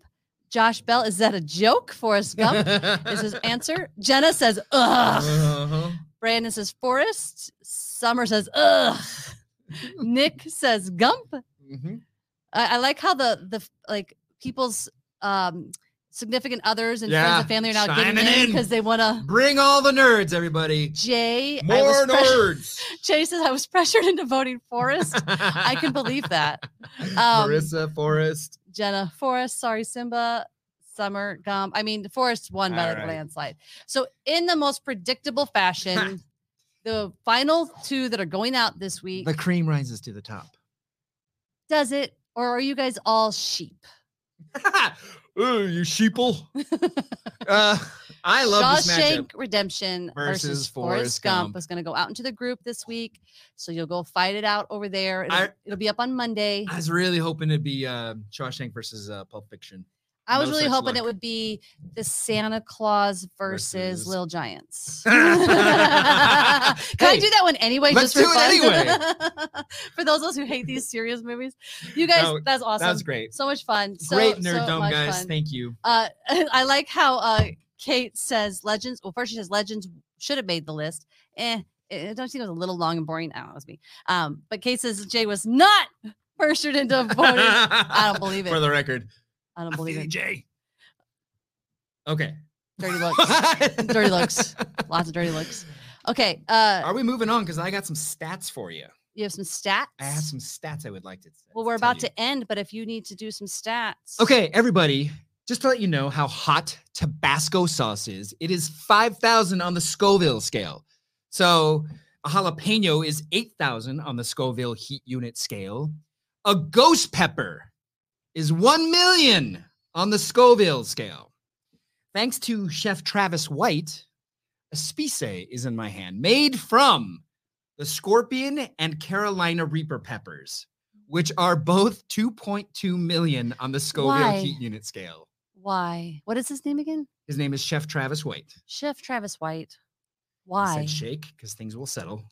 [SPEAKER 1] Josh Bell. Is that a joke? Forrest
[SPEAKER 2] <laughs>
[SPEAKER 1] Gump is his answer. Jenna says, ugh.
[SPEAKER 2] Uh-huh.
[SPEAKER 1] Brandon says Forrest. Summer says ugh.
[SPEAKER 2] <laughs>
[SPEAKER 1] Nick says Gump.
[SPEAKER 2] Mhm.
[SPEAKER 1] I, I like how the the f- like people's um significant others and friends
[SPEAKER 2] Yeah,
[SPEAKER 1] and family are now getting
[SPEAKER 2] chiming
[SPEAKER 1] in
[SPEAKER 2] in.
[SPEAKER 1] because they want to.
[SPEAKER 2] Bring all the nerds, everybody.
[SPEAKER 1] Jay, I
[SPEAKER 2] More
[SPEAKER 1] was pressure-
[SPEAKER 2] nerds.
[SPEAKER 1] <laughs> Jay says I was pressured into voting
[SPEAKER 2] <laughs>
[SPEAKER 1] Forrest. <laughs> I can believe that. Um,
[SPEAKER 2] Marissa Forrest.
[SPEAKER 1] Jenna Forrest, sorry Simba, Summer Gump. I mean, Forrest won by like a
[SPEAKER 2] Alright.
[SPEAKER 1] landslide. So in the most predictable
[SPEAKER 2] <laughs>
[SPEAKER 1] fashion, the final two that are going out this week.
[SPEAKER 2] The cream rises to the top.
[SPEAKER 1] does it or are you guys all sheep
[SPEAKER 2] <laughs> Ooh, you
[SPEAKER 1] <laughs>
[SPEAKER 2] sheeple. uh, I love this matchup.
[SPEAKER 1] Shawshank Redemption versus,
[SPEAKER 2] Versus
[SPEAKER 1] Forrest,
[SPEAKER 2] Forrest
[SPEAKER 1] Gump,
[SPEAKER 2] Gump.
[SPEAKER 1] is going to go out into the group this week, so you'll go fight it out over there. It'll,
[SPEAKER 2] I-
[SPEAKER 1] it'll be up on Monday.
[SPEAKER 2] I
[SPEAKER 1] I,
[SPEAKER 2] was really hoping it'd be uh, Shawshank versus uh, Pulp Fiction. <laughs>
[SPEAKER 1] was
[SPEAKER 2] no
[SPEAKER 1] really
[SPEAKER 2] such
[SPEAKER 1] hoping it
[SPEAKER 2] luck.
[SPEAKER 1] would be the Santa Claus versus,
[SPEAKER 2] Versus-
[SPEAKER 1] Little <laughs> Giants. <laughs> Can I
[SPEAKER 2] Hey,
[SPEAKER 1] do that one anyway?
[SPEAKER 2] let's
[SPEAKER 1] just for
[SPEAKER 2] do it
[SPEAKER 1] fun?
[SPEAKER 2] anyway.
[SPEAKER 1] <laughs> for those of us who hate these serious movies, you guys,
[SPEAKER 2] No,
[SPEAKER 1] that's awesome.
[SPEAKER 2] That was great.
[SPEAKER 1] so much fun. So,
[SPEAKER 2] great
[SPEAKER 1] so
[SPEAKER 2] nerd dome,
[SPEAKER 1] much
[SPEAKER 2] guys.
[SPEAKER 1] fun. <laughs>
[SPEAKER 2] Thank you.
[SPEAKER 1] Uh, I like how uh, Kate says legends. Well, first she says legends should have made the list. Eh, eh, don't you think it was a little long and boring? I don't know, it was me. Um, but Kate says Jay was not <laughs> pressured
[SPEAKER 2] <laughs>
[SPEAKER 1] into voting.
[SPEAKER 2] I <laughs>
[SPEAKER 1] don't believe it.
[SPEAKER 2] For the record,
[SPEAKER 1] I
[SPEAKER 2] I
[SPEAKER 1] don't
[SPEAKER 2] feel
[SPEAKER 1] believe
[SPEAKER 2] you,
[SPEAKER 1] it.
[SPEAKER 2] Jay. Okay. <laughs>
[SPEAKER 1] Dirty looks. <laughs> dirty looks. Lots of dirty looks. Okay. Uh,
[SPEAKER 2] Are we moving on? Because I got some stats for you.
[SPEAKER 1] you have some stats.
[SPEAKER 2] I have some stats I would like to.
[SPEAKER 1] well, we're
[SPEAKER 2] tell
[SPEAKER 1] about
[SPEAKER 2] you.
[SPEAKER 1] to end, but if you need to do some stats.
[SPEAKER 2] Okay, everybody, just to let you know how hot Tabasco sauce is, it is 5,000 on the Scoville scale. So a jalapeno is 8,000 on the Scoville heat unit scale. A ghost pepper is 1 million on the Scoville scale. Thanks to Chef Travis White, a spice is in my hand made from the scorpion and Carolina Reaper peppers which are both 2.2 million on the Scoville
[SPEAKER 1] Why?
[SPEAKER 2] heat unit scale.
[SPEAKER 1] Why? What is his name again?
[SPEAKER 2] His name is Chef Travis White. He
[SPEAKER 1] Chef Travis White.
[SPEAKER 2] said
[SPEAKER 1] Why?
[SPEAKER 2] shake because things will settle.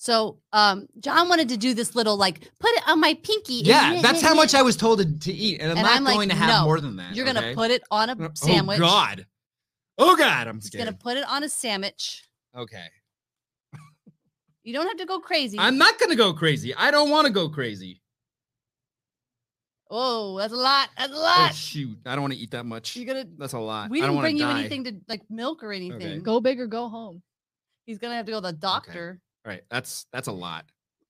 [SPEAKER 1] So um John wanted to do this little like put it on my pinky. and
[SPEAKER 2] Yeah,
[SPEAKER 1] knit,
[SPEAKER 2] that's
[SPEAKER 1] knit,
[SPEAKER 2] how
[SPEAKER 1] knit.
[SPEAKER 2] much I was told to, to eat, and I'm
[SPEAKER 1] And
[SPEAKER 2] not
[SPEAKER 1] I'm like,
[SPEAKER 2] going to have
[SPEAKER 1] no,
[SPEAKER 2] more than that.
[SPEAKER 1] You're gonna
[SPEAKER 2] okay?
[SPEAKER 1] put it on
[SPEAKER 2] Uh,
[SPEAKER 1] a sandwich.
[SPEAKER 2] Oh God! Oh God! I'm
[SPEAKER 1] He's
[SPEAKER 2] scared.
[SPEAKER 1] gonna put it on a sandwich.
[SPEAKER 2] Okay,
[SPEAKER 1] You don't have to go crazy.
[SPEAKER 2] I'm not gonna go crazy. I don't want to go crazy.
[SPEAKER 1] oh, that's a lot. That's a
[SPEAKER 2] Oh
[SPEAKER 1] lot.
[SPEAKER 2] shoot! I don't want to eat that much.
[SPEAKER 1] You're gonna.
[SPEAKER 2] That's a lot.
[SPEAKER 1] We
[SPEAKER 2] I don't
[SPEAKER 1] didn't
[SPEAKER 2] wanna
[SPEAKER 1] bring you
[SPEAKER 2] die.
[SPEAKER 1] anything to like milk or anything.
[SPEAKER 3] Go big or go home.
[SPEAKER 1] He's gonna have to go to the doctor.
[SPEAKER 2] All right, that's that's a lot.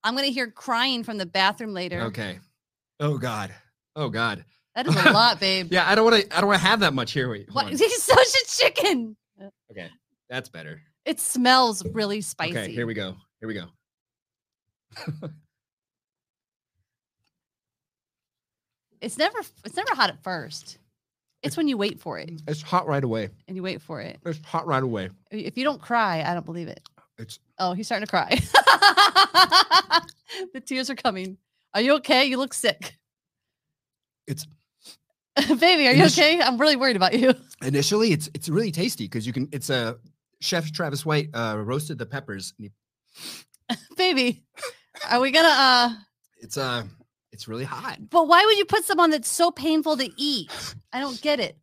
[SPEAKER 1] I'm gonna hear crying from the bathroom later.
[SPEAKER 2] Okay. Oh God. Oh God.
[SPEAKER 1] That is a
[SPEAKER 2] <laughs>
[SPEAKER 1] lot, babe.
[SPEAKER 2] Yeah, I don't want to. I don't want to have that much here. Wait. hold
[SPEAKER 1] What?
[SPEAKER 2] on.
[SPEAKER 1] <laughs> He's such a chicken.
[SPEAKER 2] Okay, that's better.
[SPEAKER 1] It smells really spicy.
[SPEAKER 2] Okay, here we go. Here we go.
[SPEAKER 1] It's never it's never hot at first. It's when you wait for it
[SPEAKER 2] It's hot right away.
[SPEAKER 1] and you wait for it.
[SPEAKER 2] It's hot right away.
[SPEAKER 1] If you don't cry, I don't believe it.
[SPEAKER 2] It's-
[SPEAKER 1] oh, he's starting to cry. <laughs> the tears are coming. Are you okay? You look sick.
[SPEAKER 2] It's-
[SPEAKER 1] <laughs> baby. Are you
[SPEAKER 2] Initi-
[SPEAKER 1] okay? I'm really worried about you. <laughs>
[SPEAKER 2] Initially, it's it's really tasty because you can. It's a chef Travis White uh, roasted the peppers. and he-
[SPEAKER 1] baby. Are we gonna? uh
[SPEAKER 2] It's uh, it's really hot.
[SPEAKER 1] But why would you put some on that's so painful to eat? I don't get it.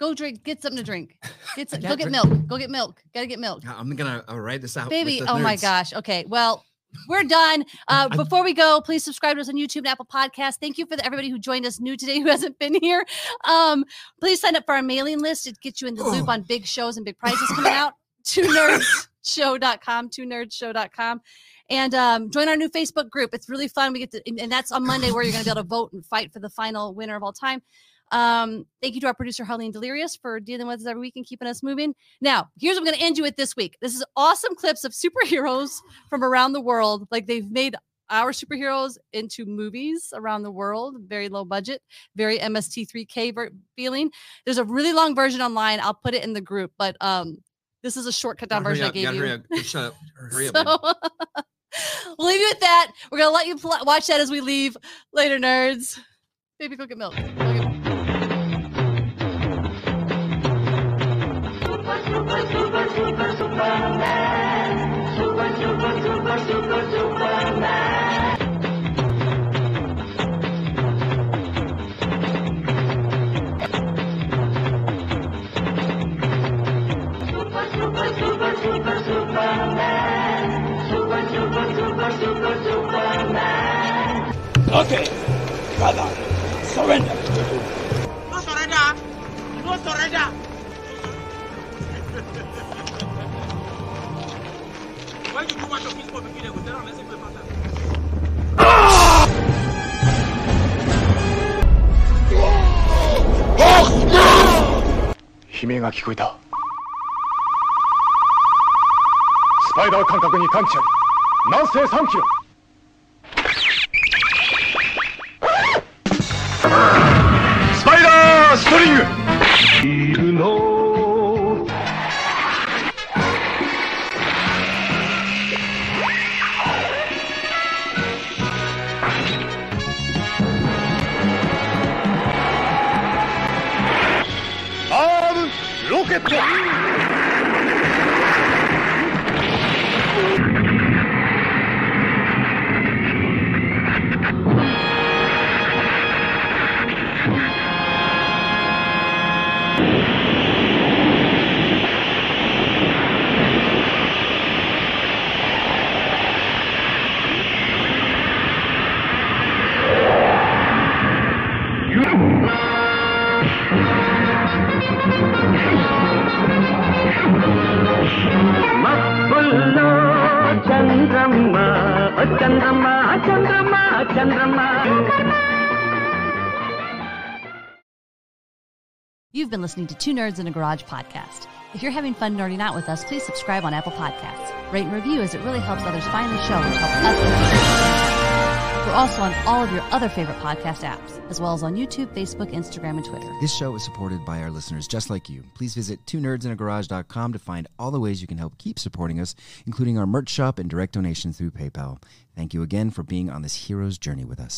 [SPEAKER 1] Go drink. Get something to drink. Get
[SPEAKER 2] <laughs>
[SPEAKER 1] some, go
[SPEAKER 2] can't
[SPEAKER 1] get
[SPEAKER 2] drink-
[SPEAKER 1] milk. Go get milk. Gotta get milk.
[SPEAKER 2] Yeah, I'm gonna uh, write this out, with
[SPEAKER 1] baby
[SPEAKER 2] the
[SPEAKER 1] oh my
[SPEAKER 2] nerds.
[SPEAKER 1] gosh okay well we're done uh,
[SPEAKER 2] <laughs> I-
[SPEAKER 1] before we go please subscribe to us on youtube and apple podcast thank you for the, everybody who joined us new today who <laughs> hasn't been here um, please sign up for our mailing list it gets you in the loop
[SPEAKER 2] Oh.
[SPEAKER 1] on big shows and
[SPEAKER 2] <laughs>
[SPEAKER 1] big prizes coming out two nerds show.com two nerds show.com and um, join our new facebook group it's really fun we get to and and that's on monday where you're going to be able to vote and fight for the final winner of all time um, thank you to our producer Helene Delirious for dealing with us every week and keeping us moving. Now, here's what I'm going to end you with this week. This is awesome clips of superheroes from around the world. Like they've made our superheroes into movies around the world, very low budget, very MST3K ver- feeling. There's a really long version online. I'll put it in the group, but um, this is a shortcut down
[SPEAKER 2] Gotta
[SPEAKER 1] version
[SPEAKER 2] hurry
[SPEAKER 1] I
[SPEAKER 2] up,
[SPEAKER 1] gave
[SPEAKER 2] gotta
[SPEAKER 1] you.
[SPEAKER 2] hurry up.
[SPEAKER 1] <laughs>
[SPEAKER 2] Shut up. Hurry up.
[SPEAKER 1] So,
[SPEAKER 2] babe.
[SPEAKER 1] we'll <laughs> leave you with that. We're gonna let you pl- watch that as we leave. Later, nerds. Baby, go get milk. Go get-
[SPEAKER 6] Okay, brother, surrender.
[SPEAKER 8] No surrender. No surrender. Why do you want to peace for people that go tell them, let's go back there?
[SPEAKER 9] Rocket
[SPEAKER 6] కల్లో చంద్రమ్మ ఓ Chandramma Chandramma Chandramma
[SPEAKER 1] You've been listening to Two Nerds in a Garage podcast. If you're having fun nerding out with us, please subscribe on Apple Podcasts. Rate and review as it really helps others find the show, which helps us. We're also on all of your other favorite podcast apps, as well as on YouTube, Facebook, Instagram, and Twitter.
[SPEAKER 2] This show is supported by our listeners just like you. Please visit two nerdsinagarage.com to find all the ways you can help keep supporting us, including our merch shop and direct donations through PayPal. Thank you again for being on this hero's journey with us.